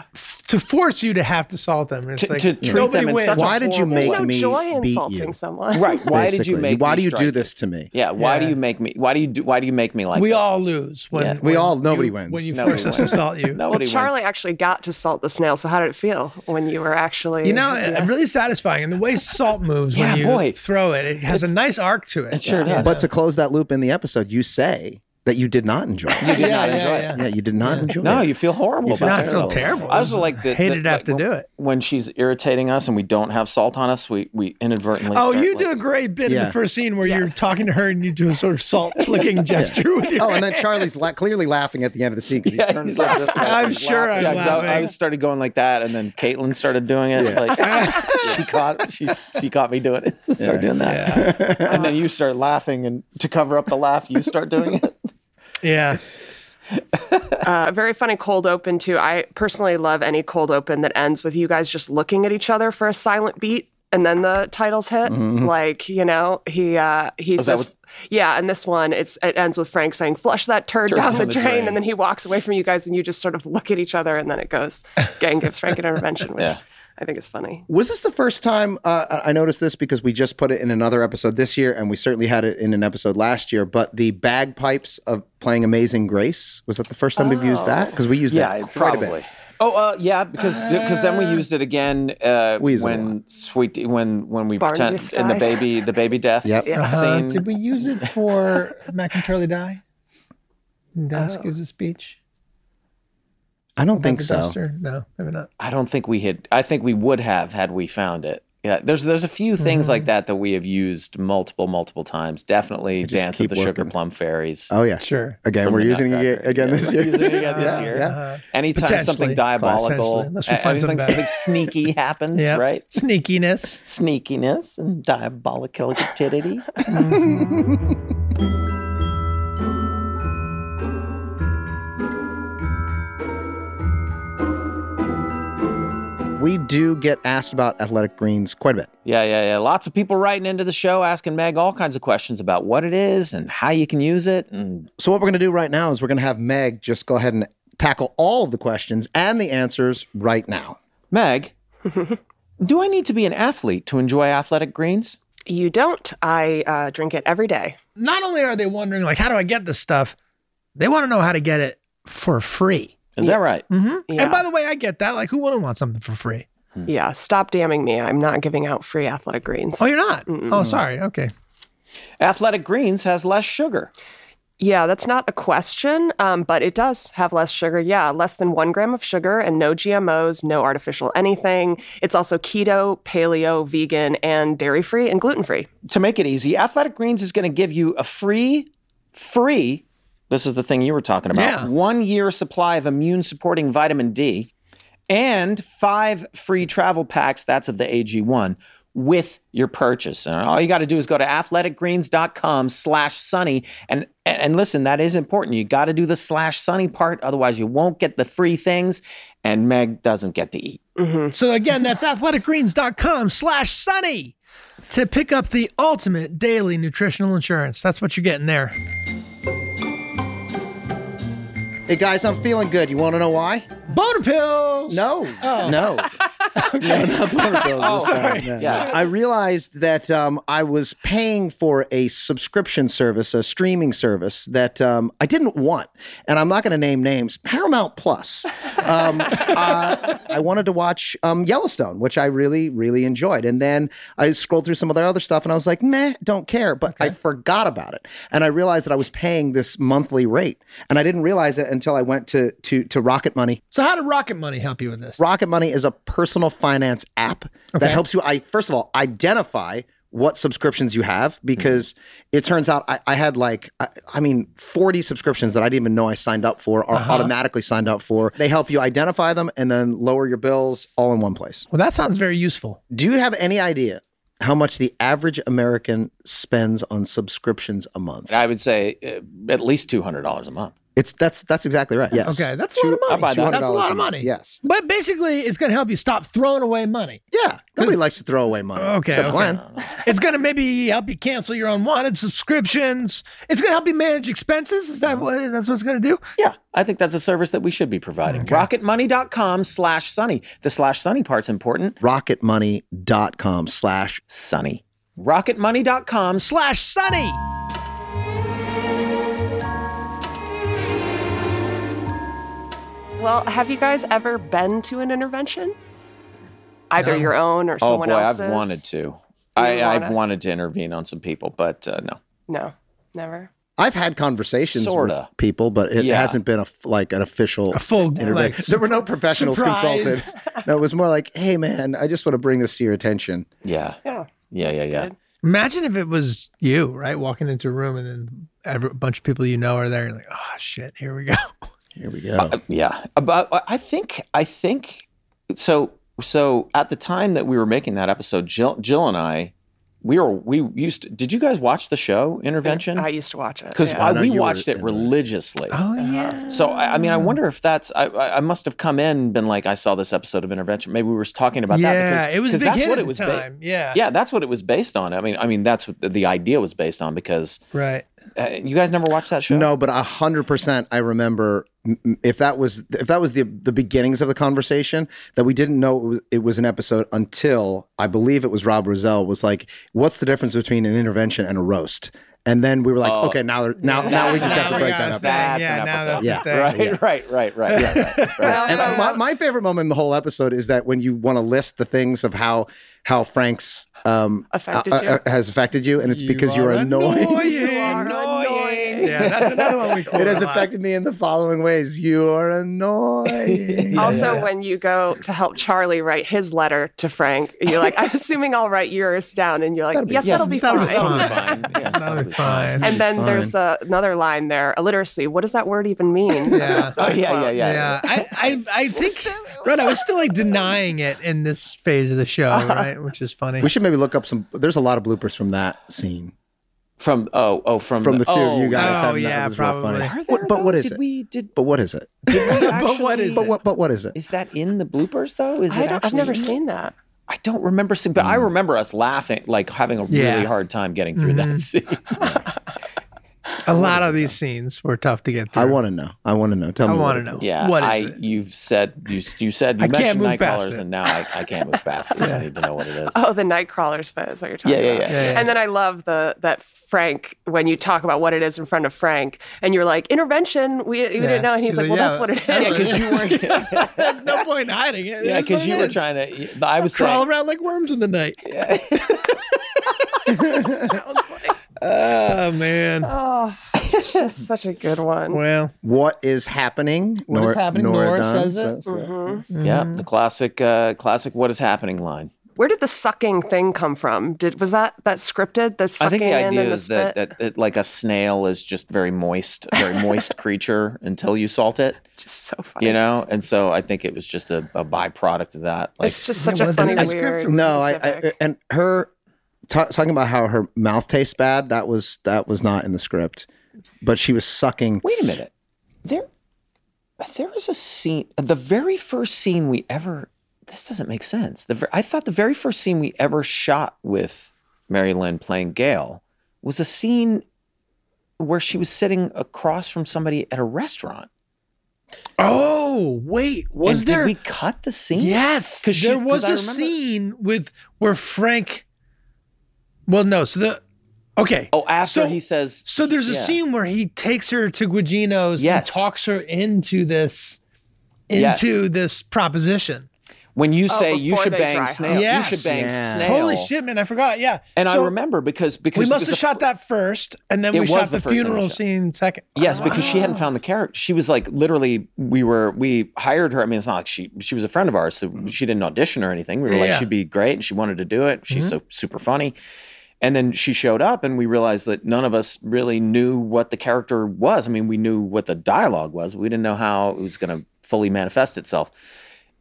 S1: to force you to have to salt them. It's
S3: to,
S1: like,
S3: to treat
S1: nobody
S3: them in
S1: wins.
S3: such a
S4: Why did you
S3: horrible
S4: make
S3: way.
S2: No
S4: me
S2: joy in
S4: beat you.
S2: insulting someone.
S3: right? Why did you
S4: basically.
S3: make?
S4: Why
S3: me
S4: do you
S3: strike
S4: do this to me?
S3: Yeah. Why
S1: Yeah.
S3: do you make me? Why do you do? Why do you make me like?
S1: we
S3: this?
S1: all lose when,
S3: Yeah.
S1: when
S4: We all-
S1: you-
S4: nobody wins.
S1: when you
S3: Nobody
S1: force us to
S3: wins.
S1: salt you.
S3: Nobody wins.
S2: Charlie actually got to salt the snail. So how did it feel when you were actually?
S1: You know, uh,
S2: Yeah.
S1: really satisfying. And the way salt moves
S3: Yeah,
S1: when you
S3: boy.
S1: throw it, it has a nice arc to it.
S3: It sure does.
S4: But to close that loop in the episode, you say that you did not enjoy it.
S3: You did not
S1: yeah,
S3: enjoy it.
S1: yeah.
S4: yeah, you did not enjoy it.
S3: No, you feel horrible.
S4: You feel
S1: No,
S3: about
S1: I feel
S4: Terrible.
S3: it.
S1: terrible.
S3: I also like the
S1: hated
S3: the-
S1: to have to
S3: like,
S1: do it.
S3: when she's irritating us and we don't have salt on us. We we inadvertently.
S1: Oh,
S3: start,
S1: you do a
S3: like-
S1: great bit in
S4: Yeah.
S1: the first scene where you're talking to her and you do a sort of salt flicking gesture with your.
S4: Oh, and then Charlie's la- clearly laughing at the end of the scene because he
S3: Yeah,
S4: turns
S3: he's like this way.
S1: I'm sure I'm
S3: Yeah, 'cause I, I
S1: laughing.
S3: was started going like that, and then Caitlin started doing it. Like she caught she she caught me doing it. Start
S4: Yeah.
S3: doing that, and then you start laughing, and to cover up the laugh, you start doing it.
S1: yeah.
S2: a very funny cold open too. I personally love any cold open that ends with you guys just looking at each other for a silent beat and then the titles hit. Like, you know, he uh he
S3: that
S2: says
S3: what-
S2: yeah, and this one it's it ends with Frank saying flush that turd down, the, drain.
S3: drain.
S2: and then he walks away from you guys and you just sort of look at each other and then it goes gang gives Frank an intervention, which
S3: Yeah.
S2: I think is funny.
S4: Was this the first time uh, I- I noticed this because we just put it in another episode this year, and we certainly had it in an episode last year? But the bagpipes of playing "Amazing Grace" was that the first time we've used that? Because we used that quite a bit.
S3: Oh, uh, yeah, because because then we used it again uh,
S4: We use it a
S3: when sweet when when we
S2: Barney
S3: pretend in the
S2: disguise.
S3: baby the baby death
S4: Yep.
S1: Uh,
S3: scene.
S1: did we use it for Mac and Charlie Die? And Dennis gives a speech.
S4: I don't think
S1: The
S4: so.
S1: Duster? No, maybe not.
S3: I don't think we had. I think we would have had we found it. Yeah, there's there's a few things
S1: Mm-hmm.
S3: like that that we have used multiple multiple times. Definitely
S4: just
S3: dance of
S4: keep
S3: the sugar
S4: working.
S3: plum fairies.
S4: Oh yeah,
S1: Sure.
S4: Again,
S3: from
S4: we're
S3: the
S4: using it
S3: Nutcracker.
S4: again
S3: Yeah,
S4: this
S3: we're
S4: year.
S3: using it again this
S4: Yeah,
S3: year.
S4: yeah.
S3: Anytime something
S1: Potentially. Potentially,
S3: diabolical,
S1: unless we
S3: a-
S1: find
S3: anything
S1: something
S3: something sneaky happens,
S1: Yep.
S3: right?
S1: Sneakiness.
S3: Sneakiness and diabolical activity.
S4: We do get asked about athletic greens quite a bit.
S3: Yeah, yeah, yeah. Lots of people writing into the show asking Meg all kinds of questions about what it is and how you can use it. And
S4: So what we're going to do right now is we're going to have Meg just go ahead and tackle all of the questions and the answers right now.
S3: Meg, do I need to be an athlete to enjoy athletic greens?
S2: You don't. I uh, drink it every day.
S1: Not only are they wondering, like, how do I get this stuff? They want to know how to get it for free.
S3: Is that right?
S1: hmm
S2: Yeah.
S1: And by the way, I get that. Like, who wouldn't want something for free?
S2: Yeah, stop damning me. I'm not giving out free athletic greens.
S1: Oh, you're not?
S2: Mm-mm.
S1: Oh, sorry. Okay.
S3: Athletic greens has less sugar.
S2: Yeah, that's not a question, um, but it does have less sugar. Yeah, less than one gram of sugar and no GMOs, no artificial anything. It's also keto, paleo, vegan, and dairy free and gluten free.
S3: To make it easy, Athletic Greens is going to give you a free, free, this is the thing you were talking about, one year supply of immune supporting vitamin D and five free travel packs, that's of the AG1, with your purchase. And all you got to do is go to athleticgreens.com slash sunny. And, and, and listen, that is important. You got to do the slash sunny part. Otherwise, you won't get the free things. And Meg doesn't get to eat.
S1: So again, that's athleticgreens.com slash sunny to pick up the ultimate daily nutritional insurance. That's what you're getting there.
S4: Hey guys, I'm feeling good. You want to know why?
S1: Boner pills.
S4: No. No. No, not boner pills.
S3: Oh,
S4: Sorry.
S3: sorry.
S4: No, no.
S3: Yeah.
S4: I realized that um, I was paying for a subscription service, a streaming service that um, I didn't want, and I'm not going to name names. Paramount Plus. Um, uh, I wanted to watch um, Yellowstone, which I really, really enjoyed, and then I scrolled through some of their other stuff, and I was like, meh, don't care. But I forgot about it, and I realized that I was paying this monthly rate, and I didn't realize it until I went to to to Rocket Money.
S1: So how did Rocket Money help you with this?
S4: Rocket Money is a personal finance app that helps you. I first of all identify what subscriptions you have because it turns out I, I had like I, I mean 40 subscriptions that I didn't even know I signed up for or
S1: Uh-huh.
S4: automatically signed up for. They help you identify them and then lower your bills all in one place.
S1: Well, that sounds very useful.
S4: Do you have any idea how much the average American spends on subscriptions a month?
S3: I would say uh, at least $200 a month.
S4: It's that's that's exactly right. Yes.
S1: Okay, that's a lot of
S3: I
S1: money.
S3: buy that.
S1: That's a
S4: $200
S1: lot
S4: a
S1: of
S4: month.
S1: money.
S4: Yes.
S1: But basically, it's going to help you stop throwing away money.
S4: Yeah. Nobody likes to throw away money.
S1: Okay,
S4: Except
S1: okay.
S4: Glenn.
S1: It's going to maybe help you cancel your unwanted subscriptions. It's going to help you manage expenses. Is that what that's what it's going to do?
S3: Yeah, I think that's a service that we should be providing. Rocketmoney.com slash sunny. The slash sunny part's important.
S4: Rocketmoney.com slash
S3: Sunny. Rocketmoney.com
S1: Slash
S3: slash
S1: Sunny.
S2: Well, have you guys ever been to an intervention? Either your own or
S3: Oh
S2: someone
S3: boy, I've
S2: else's?
S3: wanted to. I,
S2: wanna?
S3: I've wanted to intervene on some people, but uh, no.
S2: No, never.
S4: I've had conversations
S3: Sorta.
S4: with people, but it
S3: Yeah.
S4: hasn't been a f- like an official
S1: A full
S4: intervention.
S1: like,
S4: there were no professionals
S1: surprise.
S4: consulted. No, it was more like, "Hey, man, I just want to bring this to your attention."
S3: Yeah.
S2: Yeah.
S3: Yeah, yeah, yeah.
S2: good.
S1: Imagine if it was you, right? Walking into a room and then every, a bunch of people you know are there. You're like, oh shit, here we go.
S4: Here we go.
S3: Uh, yeah. About I think I think so so at the time that we were making that episode, Jill Jill and I we were we used to, did you guys watch the show Intervention?
S2: I used to watch it.
S3: Because
S2: yeah.
S4: I know
S3: we
S4: you were
S3: watched it
S4: in there.
S3: religiously.
S1: Oh
S2: Uh-huh.
S1: yeah.
S3: So I, I mean, I wonder if that's I- I, I must have come in and been like, I saw this episode of Intervention. Maybe we were talking about
S1: yeah,
S3: that. because-
S1: it was a
S3: because
S1: big
S3: that's
S1: hit
S3: what
S1: at
S3: it was
S1: the
S3: ba-
S1: time. yeah.
S3: yeah, that's what it was based on. I mean, I mean, that's what the, the idea was based on because
S1: Right.
S3: uh, you guys never watched that show.
S4: No, but a hundred percent, I remember m- m- if that was if that was the the beginnings of the conversation that we didn't know it was, it was an episode until I believe it was Rob Rosell was like, "What's the difference between an intervention and a roast?" And then we were like,
S3: Oh.
S4: "Okay, now they're- now now we
S1: That's
S4: just have
S1: now
S4: to
S1: we got
S4: break that
S1: it.
S4: up."
S3: That's
S1: Yeah,
S3: an
S1: now
S3: episode.
S1: that's a Yeah. thing.
S3: Right,
S4: Yeah.
S3: right, right, right, yeah, right, right.
S4: And
S2: Also-
S4: my, my favorite moment in the whole episode is that when you want to list the things of how how Frank's um,
S2: Affected you.
S4: has affected you, and it's because you're annoying.
S3: Annoying.
S1: yeah, that's another one we uh, quote
S4: It has
S1: a lot.
S4: affected me in the following ways. You are annoying.
S2: also, when you go to help Charlie write his letter to Frank, you're like, I'm assuming I'll write yours down. And you're like, yes, that'll be
S1: that'll be fine.
S2: fine.
S3: Fine. Yes,
S1: That'll be fine.
S2: And then there's uh, another line there, illiteracy. What does that word even mean?
S1: Yeah.
S3: Oh yeah, yeah, yeah.
S1: Yeah, I, I, I think, right, I was still like denying it in this phase of the show, right, which is funny.
S4: Uh-huh. we should maybe look up some. There's a lot of bloopers from that scene
S3: From oh oh from
S4: from the two
S3: two
S4: of you guys.
S1: oh,
S4: having that
S1: yeah,
S4: was real funny.
S1: probably.
S3: Are there,
S4: What- but what
S3: though?
S4: is
S3: did
S4: it?
S3: We did.
S4: But what is it?
S3: did we
S1: But what
S3: actually-
S1: is
S4: But what? But what is it?
S3: Is that in the bloopers though? Is
S2: I
S3: it
S2: don't, I've
S3: actually
S2: never
S3: in-
S2: seen that.
S3: I don't remember seeing, but I remember us laughing, like having a
S1: Mm. Yeah. Mm-hmm.
S3: really hard time getting through that scene.
S1: A lot of these scenes were tough to get through.
S4: I want to know. I want to know. Tell
S1: I
S4: me.
S1: wanna
S4: what it
S1: know.
S4: is.
S3: Yeah,
S1: What is
S3: I,
S1: it?
S3: you've said you, you said you
S1: I can't
S3: mentioned
S1: move past
S3: Nightcrawlers,
S1: it.
S3: and now I, I can't move past this. I need to know what it is.
S2: Oh, the Nightcrawlers fit is what you're talking
S3: Yeah, yeah,
S2: about.
S3: yeah, yeah.
S2: And then I love the that Frank when you talk about what it is in front of Frank, and you're like intervention. We, we
S3: Yeah.
S2: didn't know, and he's, like,
S3: He's like,
S2: well,
S3: yeah,
S2: that's what it is.
S3: that's what
S2: you
S3: were.
S1: There's no point in hiding it. It
S3: yeah,
S1: is
S3: because
S1: what
S3: you
S1: it
S3: were
S1: is.
S3: trying to. I was
S1: crawl
S3: saying,
S1: around like worms in the night. oh man.
S2: Oh, it's just such a good one.
S1: Well,
S4: what is happening?
S2: What is happening? Nora
S4: Dunn
S2: says it.
S1: Mm-hmm.
S3: Yeah, the classic, uh, classic. What is happening line?
S2: Where did the sucking thing come from? Did was that that scripted? The
S3: I
S2: sucking
S3: think the
S2: in
S3: idea
S2: and the
S3: is that,
S2: spit.
S3: that, that like a snail is just very moist, a very moist creature until you salt it.
S2: Just so
S3: funny, you know. And so I think it was just a, a byproduct of that. Like,
S2: it's just such a funny weird.
S4: No, I, I
S2: specific.
S4: and her ta talking about how her mouth tastes bad. That was that was not in the script, but she was sucking.
S3: Wait a minute. There, there was a scene. The very first scene we ever. This doesn't make sense. The ver- I thought the very first scene we ever shot with Mary Lynn playing Gail was a scene where she was sitting across from somebody at a restaurant.
S1: Oh wait, was
S3: And did
S1: there?
S3: we cut the scene?
S1: Yes,
S3: 'Cause she-
S1: there was
S3: 'cause I
S1: a
S3: remember-
S1: scene with where Frank. Well, no. So the okay.
S3: Oh, after
S1: so,
S3: he says.
S1: So there's a
S3: yeah.
S1: scene where he takes her to Guigino's
S3: Yes.
S1: and talks her into this,
S3: Yes.
S1: into this proposition.
S3: when you
S1: Oh,
S3: say you
S1: before
S3: should
S1: they
S3: bang
S1: dry
S3: snail.
S1: hop.
S3: You should bang
S1: Yes.
S3: snail.
S1: Holy shit, man! I forgot. Yeah.
S3: And
S1: So
S3: I remember because because
S1: we must
S3: the
S1: have shot that first, and then
S3: It
S1: we
S3: was
S1: shot
S3: the
S1: the,
S3: first thing we
S1: funeral
S3: shot.
S1: scene second. Oh,
S3: Yes, because she hadn't found the character. She was like literally, we were we hired her. I mean, it's not like she she was a friend of ours, so she didn't audition or anything. We were like,
S1: Yeah.
S3: she'd be great, and she wanted to do it. She's
S1: Mhm.
S3: so super funny. And then she showed up, and we realized that none of us really knew what the character was. I mean, we knew what the dialogue was, but we didn't know how it was going to fully manifest itself.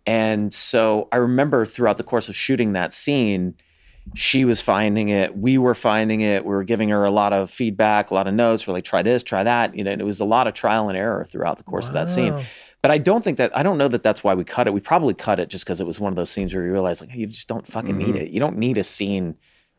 S3: And so I remember throughout the course of shooting that scene, she was finding it. We were finding it. We were giving her a lot of feedback, a lot of notes. We're like, try this, try that. You know, and it was a lot of trial and error throughout the course of that
S1: Wow.
S3: scene. But I don't think that I don't know that that's why we cut it. We probably cut it just because it was one of those scenes where you realize like hey, you just don't fucking need
S4: Mhm.
S3: it. You don't need a scene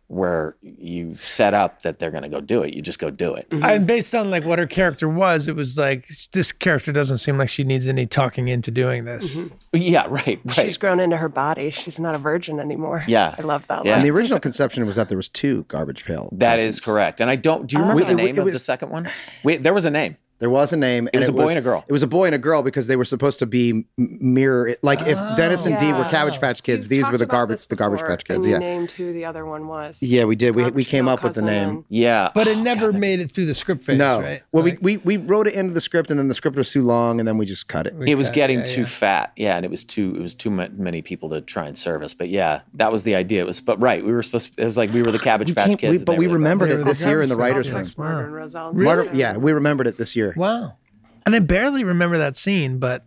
S3: where you set up that they're gonna go do it. You just go do
S4: Mm.
S3: it.
S1: And based on like what her character was, it was like this character doesn't seem like she needs any talking into doing this.
S4: Mm-hmm.
S3: yeah, right, right.
S2: She's grown into her body. She's not a virgin anymore. I love that.
S4: And
S2: line.
S4: the original conception was that there was two garbage pail.
S3: That is correct. And I don't. Do you remember
S4: Uh, We-
S3: the
S4: it wa-
S3: name
S4: it
S3: of the
S4: was-
S3: second one? Wait, there was a name.
S4: There was a name.
S3: It was a boy and a girl.
S4: It was a boy and a girl because they were supposed to be m- mirror. Like if Dennis and Dee were
S2: Yeah.
S4: Cabbage Patch Kids, these were the garbage the garbage
S2: Or-
S4: patch
S2: and
S4: kids.
S2: you
S4: Yeah,
S2: named who the other one was.
S4: yeah, we did. We, we came up with the
S2: cousin
S4: name.
S3: Yeah,
S1: But it never made it through the script phase,
S4: Oh, no.
S1: right?
S4: Well, we, we we wrote it into the script, and then the script was too long, and then we just cut it.
S3: it was getting too fat yeah and it was too it was too mu- many people to try and service but yeah that was the idea it was but right we were supposed to, it was like we were the cabbage patch
S4: can't-
S3: kids
S4: we-
S3: and
S4: but
S3: they
S4: we
S3: were the-
S4: remembered it this year in the writers' room.
S2: Complex murder and results.
S4: Murder- yeah, we remembered it this year.
S1: Wow. And I barely remember that scene, but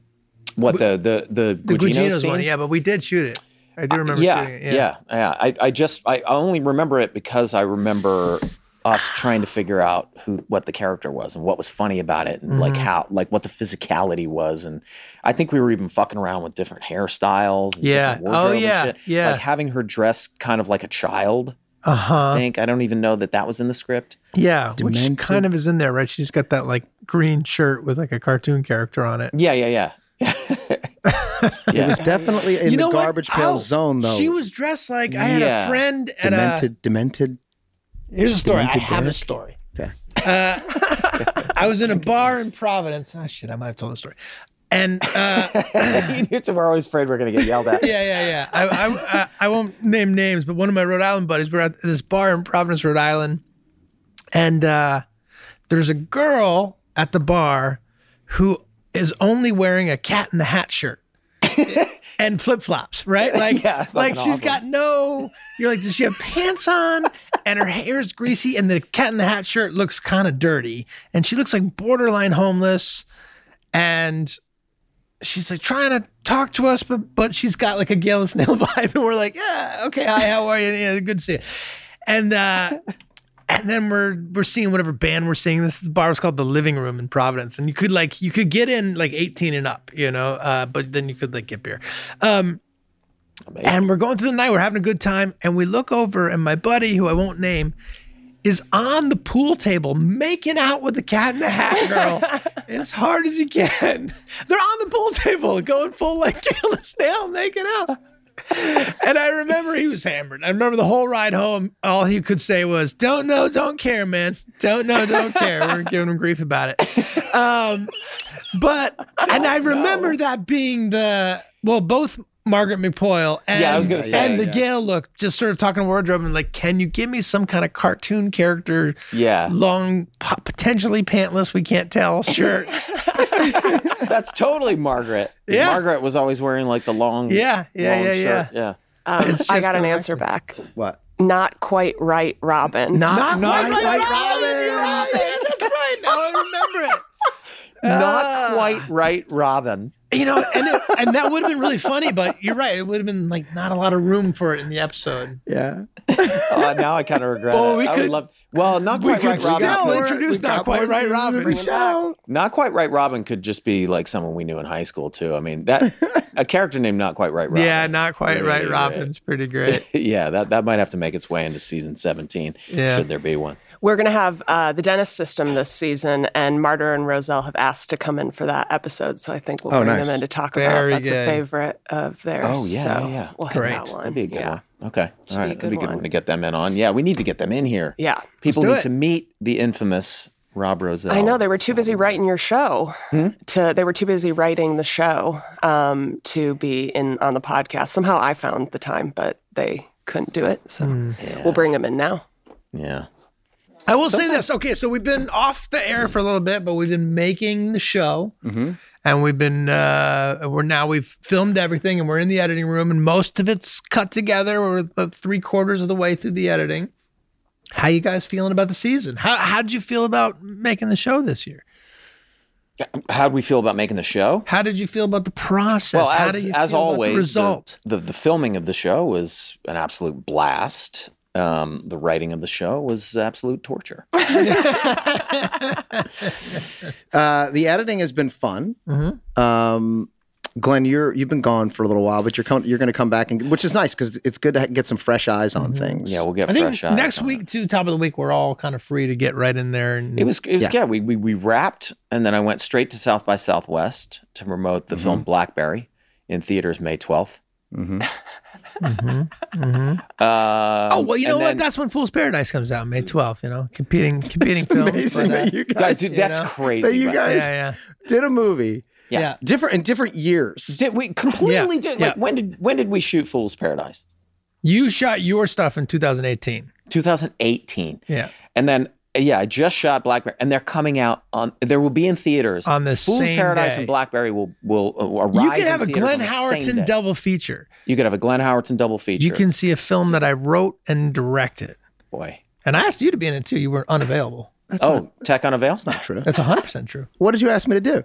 S3: what the the the,
S1: the
S3: Gugino
S1: Gugino's
S3: scene? Uh,
S1: one, yeah, but we did shoot it. I do remember
S3: yeah,
S1: shooting
S3: yeah
S1: it.
S3: yeah I, I just i only remember it because i remember us trying to figure out who what the character was and what was funny about it and like
S1: Mhm.
S3: how like what the physicality was and i think we were even fucking around with different hairstyles and
S1: Yeah.
S3: different
S1: Oh,
S3: wardrobe and
S1: yeah,
S3: shit.
S1: yeah.
S3: like having her dress kind of like a child
S1: Uh
S3: i
S1: huh.
S3: think i don't even know that that was in the script
S1: Yeah,
S3: Demented.
S1: which kind of is in there, right? She's got that like green shirt with like a cartoon character on it.
S3: Yeah, yeah, yeah.
S4: It was definitely in
S1: You know
S4: the
S1: what?
S4: garbage pail
S1: Ow.
S4: zone, though.
S1: She was dressed like I had
S4: Yeah.
S1: a friend at
S4: demented. demented.
S1: a. Here's a story. I
S4: Demented
S1: have a
S4: Derek?
S1: story.
S4: Okay.
S1: Uh, I was in a bar in Providence. Oh shit, I might have told the story. And uh,
S3: we're always afraid we're going to get yelled at.
S1: yeah, yeah, yeah. I, I, I, I won't name names, but one of my Rhode Island buddies, we're at this bar in Providence, Rhode Island, and uh, there's a girl at the bar who is only wearing a cat in the hat shirt. and flip flops, right? Like,
S9: Yeah, fucking
S1: like she's
S9: awesome.
S1: got no. You're like, does she have pants on? And her hair is greasy, and the cat in the hat shirt looks kind of dirty, and she looks like borderline homeless, and she's like trying to talk to us, but but she's got like a Gale of Snail vibe, and we're like, yeah, okay, hi, how are you? Yeah, good to see you. And uh, and then we're we're seeing whatever band we're seeing. This the bar was called the Living Room in Providence, and you could like you could get in like 18 and up, you know, uh, but then you could like get beer. Um, and we're going through the night, we're having a good time, and we look over, and my buddy, who I won't name, is on the pool table making out with the cat in the hat girl as hard as he can. They're on the pool table going full like Kayla Snail making out. And I remember he was hammered. I remember the whole ride home, all he could say was, Don't know, don't care, man. Don't know, don't care. We are giving him grief about it. Um, but, and I remember that being the, well, both Margaret McPoyle and,
S3: Yeah, I was gonna say,
S1: and the
S3: yeah.
S1: Gail look, just sort of talking wardrobe and like, Can you give me some kind of cartoon character?
S3: Yeah.
S1: Long, po- potentially pantless, we can't tell. Sure.
S3: That's totally Margaret.
S1: Yeah.
S3: Margaret was always wearing like the long.
S1: Yeah, yeah,
S3: long
S1: yeah,
S3: shirt.
S1: yeah.
S3: yeah.
S2: Um,
S1: It's
S2: I
S1: just
S2: got an answer back.
S4: What?
S2: Not quite right, Robin.
S1: Not,
S2: quite
S1: not
S2: right,
S1: Robin. That's right. Now I remember it.
S3: Not quite right, Robin.
S1: You know, and it, and that would have been really funny, but you're right. It would have been like not a lot of room for it in the episode.
S3: Yeah. oh, now I kind of regret
S1: Well,
S3: it.
S1: we
S3: I
S1: could-
S3: would love. Well, not
S1: We
S3: quite
S1: could
S3: right, Robin.
S1: still
S3: could-
S1: introduce
S4: we
S1: not
S4: got
S1: quite
S4: one
S1: right,
S4: season
S1: Robin.
S4: to go.
S3: Not quite right, Robin could just be like someone we knew in high school too. I mean, that a character named Not Quite Right Robin.
S1: Yeah,
S3: is
S1: not quite
S3: pretty
S1: right,
S3: great.
S1: Robin's pretty great.
S3: yeah, that that might have to make its way into season seventeen.
S1: Yeah.
S3: should there be one?
S2: We're going to have uh, the dentist system this season, and Martyr and Roselle have asked to come in for that episode. So I think we'll
S4: Oh,
S2: bring
S4: nice.
S2: them in to talk
S1: Very
S2: about. That's
S1: good.
S2: a favorite of theirs.
S3: Oh yeah,
S2: so
S3: yeah, yeah.
S2: We'll hit
S1: Great.
S2: that one.
S3: That'd be a good
S2: yeah.
S3: one. Okay, all
S2: be a
S3: right, that'd be a
S2: good
S3: good
S2: one.
S3: one to get them in on. Yeah, we need to get them in here.
S2: Yeah.
S3: people
S1: do
S3: need
S1: it.
S3: to meet the infamous Rob Rosell.
S2: I know they were too
S1: Oh.
S2: busy writing your show.
S1: Hmm?
S2: To they were too busy writing the show um, to be in on the podcast. Somehow I found the time, but they couldn't do it. So
S1: Hmm.
S2: we'll bring them in now.
S3: Yeah.
S1: I will say this. Okay, so we've been off the air for a little bit, but we've been making the show,
S3: Mm-hmm.
S1: and we've been uh, we're now we've filmed everything, and we're in the editing room, and most of it's cut together. We're about three quarters of the way through the editing. How you guys feeling about the season? How how did you feel about making the show this year?
S3: How'd we feel about making the show?
S1: How did you feel about the process?
S3: Well,
S1: how
S3: as,
S1: did you
S3: as
S1: feel about
S3: always,
S1: the result.
S3: The, the filming of the show was an absolute blast. Um, the writing of the show was absolute torture.
S4: Uh, the editing has been fun.
S1: Mm-hmm.
S4: Um, Glenn, you're you've been gone for a little while, but you're com- you're going to come back, and which is nice because it's good to ha- get some fresh eyes on
S1: Mm-hmm.
S4: things.
S3: yeah, we'll get
S1: I think
S3: fresh eyes
S1: next
S3: on
S1: week
S3: It.
S1: too, top of the week, we're all kind of free to get right in there. And
S3: It was it was
S4: Yeah.
S3: yeah. we, we we wrapped and then I went straight to South by Southwest to promote the
S1: Mm-hmm.
S3: film Blackberry in theaters May twelfth.
S4: Mhm.
S3: Uh,
S1: oh well, you know what? That's when Fool's Paradise comes out, May twelfth. You know, competing competing films.
S4: amazing
S1: but, uh,
S4: that you guys,
S3: dude,
S1: you
S3: that's
S1: know?
S3: crazy.
S4: that you
S3: but-
S1: yeah,
S4: guys
S1: yeah,
S4: did a movie
S1: yeah.
S3: Yeah.
S4: different in different years.
S3: Did we completely
S1: Yeah,
S3: did
S1: yeah.
S3: like when did when did we shoot Fool's Paradise?
S1: You shot your stuff in 2018.
S3: 2018.
S1: Yeah.
S3: And then yeah, I just shot Blackberry, and they're coming out on. There will be in theaters
S1: On the
S3: Fool's
S1: same
S3: Paradise
S1: day.
S3: and Blackberry will will uh, arrive.
S1: you
S3: in
S1: can have a
S3: theaters
S1: Glenn
S3: on the same day.
S1: Howerton double feature.
S3: You could have a Glenn Howerton double feature.
S1: You can see a film that I wrote and directed.
S3: boy.
S1: And I asked you to be in it too. You were unavailable.
S3: oh, Tech on a Veil.
S4: Not true.
S1: That's 100% true.
S4: What did you ask me to do?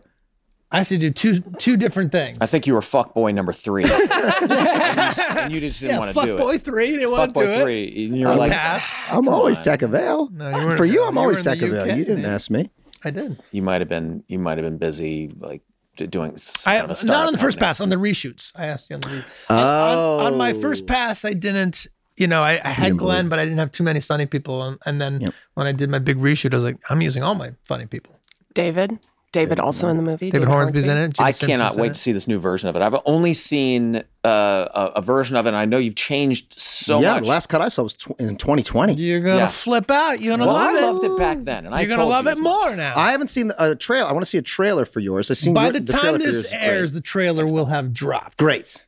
S1: I asked you to do two two different things.
S3: I think you were fuck boy number three, and, you, s- and you just didn't
S1: yeah,
S3: want to
S1: fuck
S3: do
S1: boy
S3: it.
S1: three. Didn't
S3: Fuck
S1: want to do
S3: boy
S1: it.
S3: three, and you were like,
S1: Pass.
S4: I'm always Tech Avail.
S1: No, you weren't
S4: For you,
S1: available.
S4: I'm
S1: You
S4: always
S1: were in
S4: Tech
S1: the
S4: Avail.
S1: UK,
S4: You didn't
S1: man.
S4: ask me.
S1: I did.
S3: you might have been you might have been busy like d- doing some
S1: I
S3: kind of a
S1: not
S3: startup
S1: on the first
S3: company.
S1: pass on the reshoots. I asked you on the re-
S4: Oh,
S1: on, on my first pass. I didn't. You know, I, I had Glenn, but I didn't have too many funny people. And, and then when I did my big reshoot, I was like, I'm using all my funny people.
S2: David. David also in the movie.
S1: David Hornsby's in it. Jim
S3: I
S1: Simpson's
S3: cannot
S1: in
S3: wait
S1: it.
S3: to see this new version of it. I've only seen uh, a, a version of it. And I know you've changed so
S4: yeah.
S3: much.
S4: The last cut I saw was tw- in 2020.
S1: You're gonna
S3: Yeah.
S1: flip out. You're gonna
S3: well,
S1: love
S3: I
S1: it.
S3: loved it back then, and I
S1: You're gonna
S3: told
S1: love
S3: you
S1: it
S3: as much.
S1: more now.
S4: I haven't seen a trailer. I want to see a trailer for yours. I've seen
S1: By
S4: your-
S1: the
S4: trailer
S1: time
S4: for
S1: this
S4: yours is great.
S1: airs, the trailer will have dropped.
S4: great.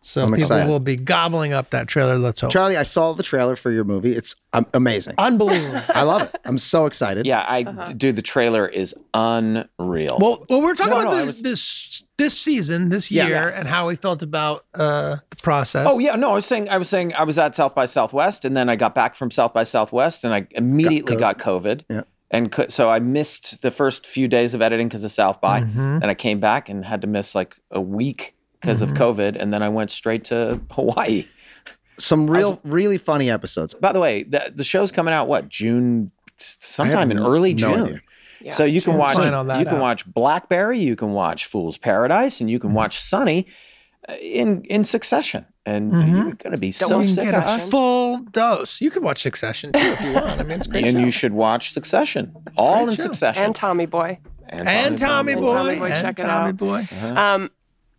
S1: So
S4: I'm
S1: people
S4: excited.
S1: will be gobbling up that trailer. Let's hope.
S4: Charlie, I saw the trailer for your movie. It's um, amazing.
S1: Unbelievable.
S4: I love it. I'm so excited.
S3: Yeah, I dude, the trailer is unreal.
S1: Well, well, we're talking
S3: No,
S1: about
S3: no, I
S1: the,
S3: was-
S1: this this season, this
S4: Yeah.
S1: year, and how we felt about uh, the process.
S3: oh yeah, no, I was saying, I was saying, I was at South by Southwest, and then I got back from South by Southwest, and I immediately got COVID,
S4: Yeah.
S3: and co- so I missed the first few days of editing because of South by,
S1: Mm-hmm.
S3: and I came back and had to miss like a week because
S1: Mm-hmm.
S3: of COVID, and then I went straight to Hawaii.
S4: Some real, really funny episodes.
S3: By the way, the, the show's coming out what June, sometime in
S4: no-
S3: early
S4: no
S3: June.
S4: idea.
S3: So you can watch
S1: Plan on that
S3: you can
S1: out. Mm-hmm.
S3: watch Blackberry, you can watch Fool's Paradise, and you can watch Sunny. uh, in in succession, and
S1: Mm-hmm.
S3: you're going to be so
S1: you can
S3: sick
S1: get
S3: of
S1: a
S3: us.
S1: full dose. You could watch Succession too if you want. I mean, it's a great.
S3: and
S1: show.
S3: you should watch Succession, all in
S1: show.
S3: succession.
S2: And Tommy Boy.
S1: And Tommy Boy.
S2: Tommy Boy,
S1: And
S2: check it
S1: Tommy
S2: out.
S1: Boy.
S2: Um,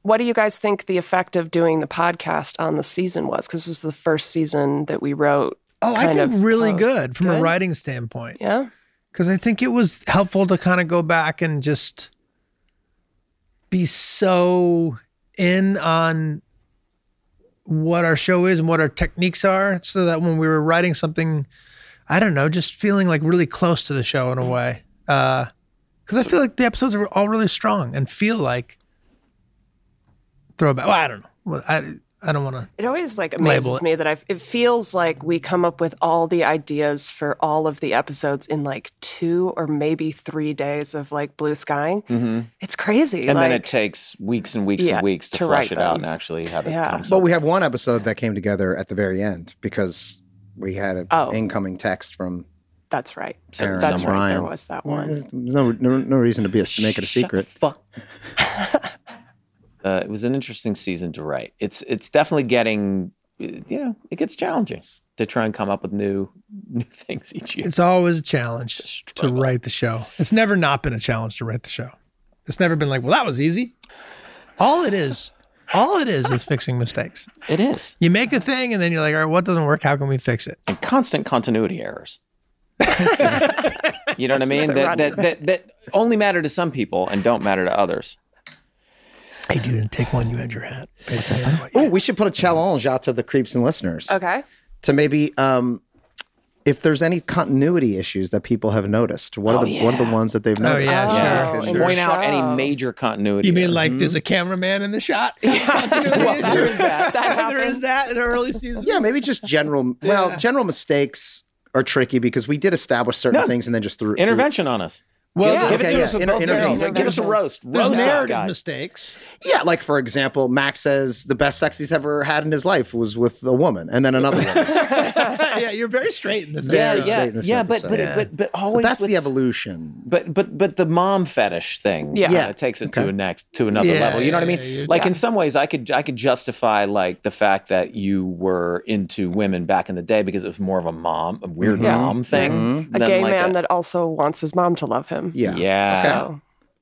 S2: what do you guys think the effect of doing the podcast on the season was? Because this was the first season that we wrote.
S1: Oh, I
S2: kind
S1: think
S2: of
S1: really
S2: close.
S1: good from a writing standpoint.
S2: Yeah.
S1: Because I think it was helpful to kind of go back and just be so in on what our show is and what our techniques are so that when we were writing something, I don't know, just feeling like really close to the show in a way. Because I feel like the episodes are all really strong and feel like throwback. Well, I don't know. Well, I, I don't want to.
S2: It always like
S1: Label
S2: amazes
S1: it.
S2: me that I it feels like we come up with all the ideas for all of the episodes in like two or maybe three days of like blue skying.
S3: Mhm.
S2: It's crazy.
S3: And
S2: like,
S3: then it takes weeks and weeks
S2: Yeah,
S3: and weeks to,
S2: to write
S3: flesh it out
S2: them.
S3: and actually have it
S2: Yeah.
S3: come.
S4: But we have one episode that came together at the very end because we had an
S2: Oh.
S4: incoming text from
S2: that's right.
S4: Sarah
S2: that's
S4: and
S2: right.
S4: Ryan.
S2: There was that one.
S4: No, no, no reason to be a, to make it a secret.
S3: fuck. uh, it was an interesting season to write. It's it's definitely getting uh, you know it gets challenging to try and come up with new new things each year.
S1: It's always a challenge to write the show. It's never not been a challenge to write the show. It's never been like, well, that was easy. All it is, all it is, is fixing mistakes.
S3: It is.
S1: You make a thing, and then you're like, all right, what doesn't work? How can we fix it?
S3: And constant continuity errors. you know what I
S1: That's
S3: mean?
S1: the
S3: That, that
S1: running-
S3: that that only matter to some people and don't matter to others.
S1: Hey, dude, and take one. You had your hat.
S4: Oh, we should put a challenge out to the creeps and listeners
S2: Okay.
S4: to maybe um, if there's any continuity issues that people have noticed. What
S3: Oh,
S4: are the what are the ones that they've noticed?
S1: Oh, yeah,
S3: Yeah.
S1: sure.
S3: Point out
S1: Show.
S3: any major continuity.
S1: You mean
S3: errors.
S1: like there's a cameraman in the shot? there is that. there is that in early season.
S4: Yeah, maybe just general. Well, general mistakes are tricky because we did establish certain things and then just threw
S3: intervention on us.
S1: Well,
S4: yeah,
S3: give it
S4: okay,
S3: to
S4: yeah.
S3: us. in
S4: Inter-
S3: both
S4: intervention.
S3: worlds. Give us a roast.
S1: There's
S3: Roast us,
S1: narrative
S3: guys.
S1: mistakes.
S4: Yeah, like for example, Max says the best sex he's ever had in his life was with a woman, and then another woman.
S1: yeah, you're very straight in this.
S3: Yeah,
S1: episode.
S3: yeah, yeah, but but, but but always
S4: that's
S3: with
S4: the
S3: s-
S4: evolution.
S3: But but but the mom fetish thing,
S4: Yeah.
S3: yeah,
S4: Yeah.
S3: it takes it to a next to another
S4: Yeah,
S3: level. You know
S4: yeah,
S3: what I
S4: yeah,
S3: mean?
S4: you're-
S3: like in some ways, I could I could justify like the fact that you were into women back in the day because it was more of a mom, a weird
S2: Yeah.
S3: mom thing,
S2: A
S4: Mm-hmm.
S3: than
S2: gay
S3: like
S2: man
S3: a-
S2: that also wants his mom to love him.
S4: Yeah.
S3: Yeah.
S4: Okay.
S2: So-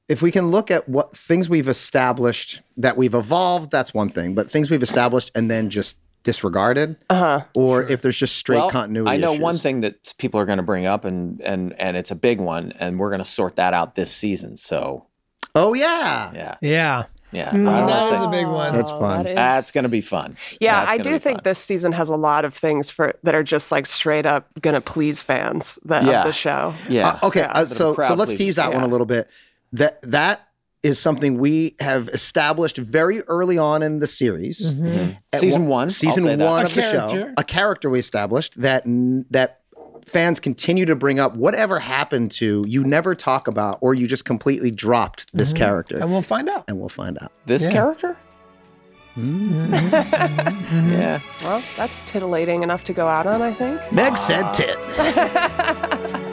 S4: If we can look at what things we've established that we've evolved, that's one thing. But things we've established and then just disregarded, uh-huh. or if there's just straight
S3: Well,
S4: continuity.
S3: I know
S4: issues.
S3: one thing that people are going to bring up, and and and it's a big one, and we're going to sort that out this season. So
S4: Oh yeah,
S3: yeah,
S1: yeah,
S3: yeah,
S1: Mm,
S3: I
S1: that
S3: wanna
S1: is
S3: say-
S1: a big one.
S4: That's fun.
S2: Oh, that is-
S3: That's going to be fun.
S2: Yeah,
S3: That's
S2: I
S3: gonna
S2: do
S3: be
S2: think this season has a lot of things for that are just like straight up gonna please fans that,
S3: Yeah.
S2: of the show.
S3: Yeah.
S4: Uh, okay,
S2: Yeah.
S4: uh, so so let's tease that one a little bit. That that is something we have established very early on in the series,
S3: Mhm.
S4: At
S3: Season
S4: one-
S3: one, I'll
S4: season
S3: say
S4: one
S3: that. A
S4: of the show,
S3: character.
S4: a character we established that n- that fans continue to bring up. Whatever happened to you, never talk about, or you just completely dropped this
S3: Mm-hmm.
S4: character,
S1: and we'll find out.
S4: and we'll find out.
S3: This
S1: Yeah.
S3: character? yeah.
S2: Well, that's titillating enough to go out on, I think.
S4: Meg said tit.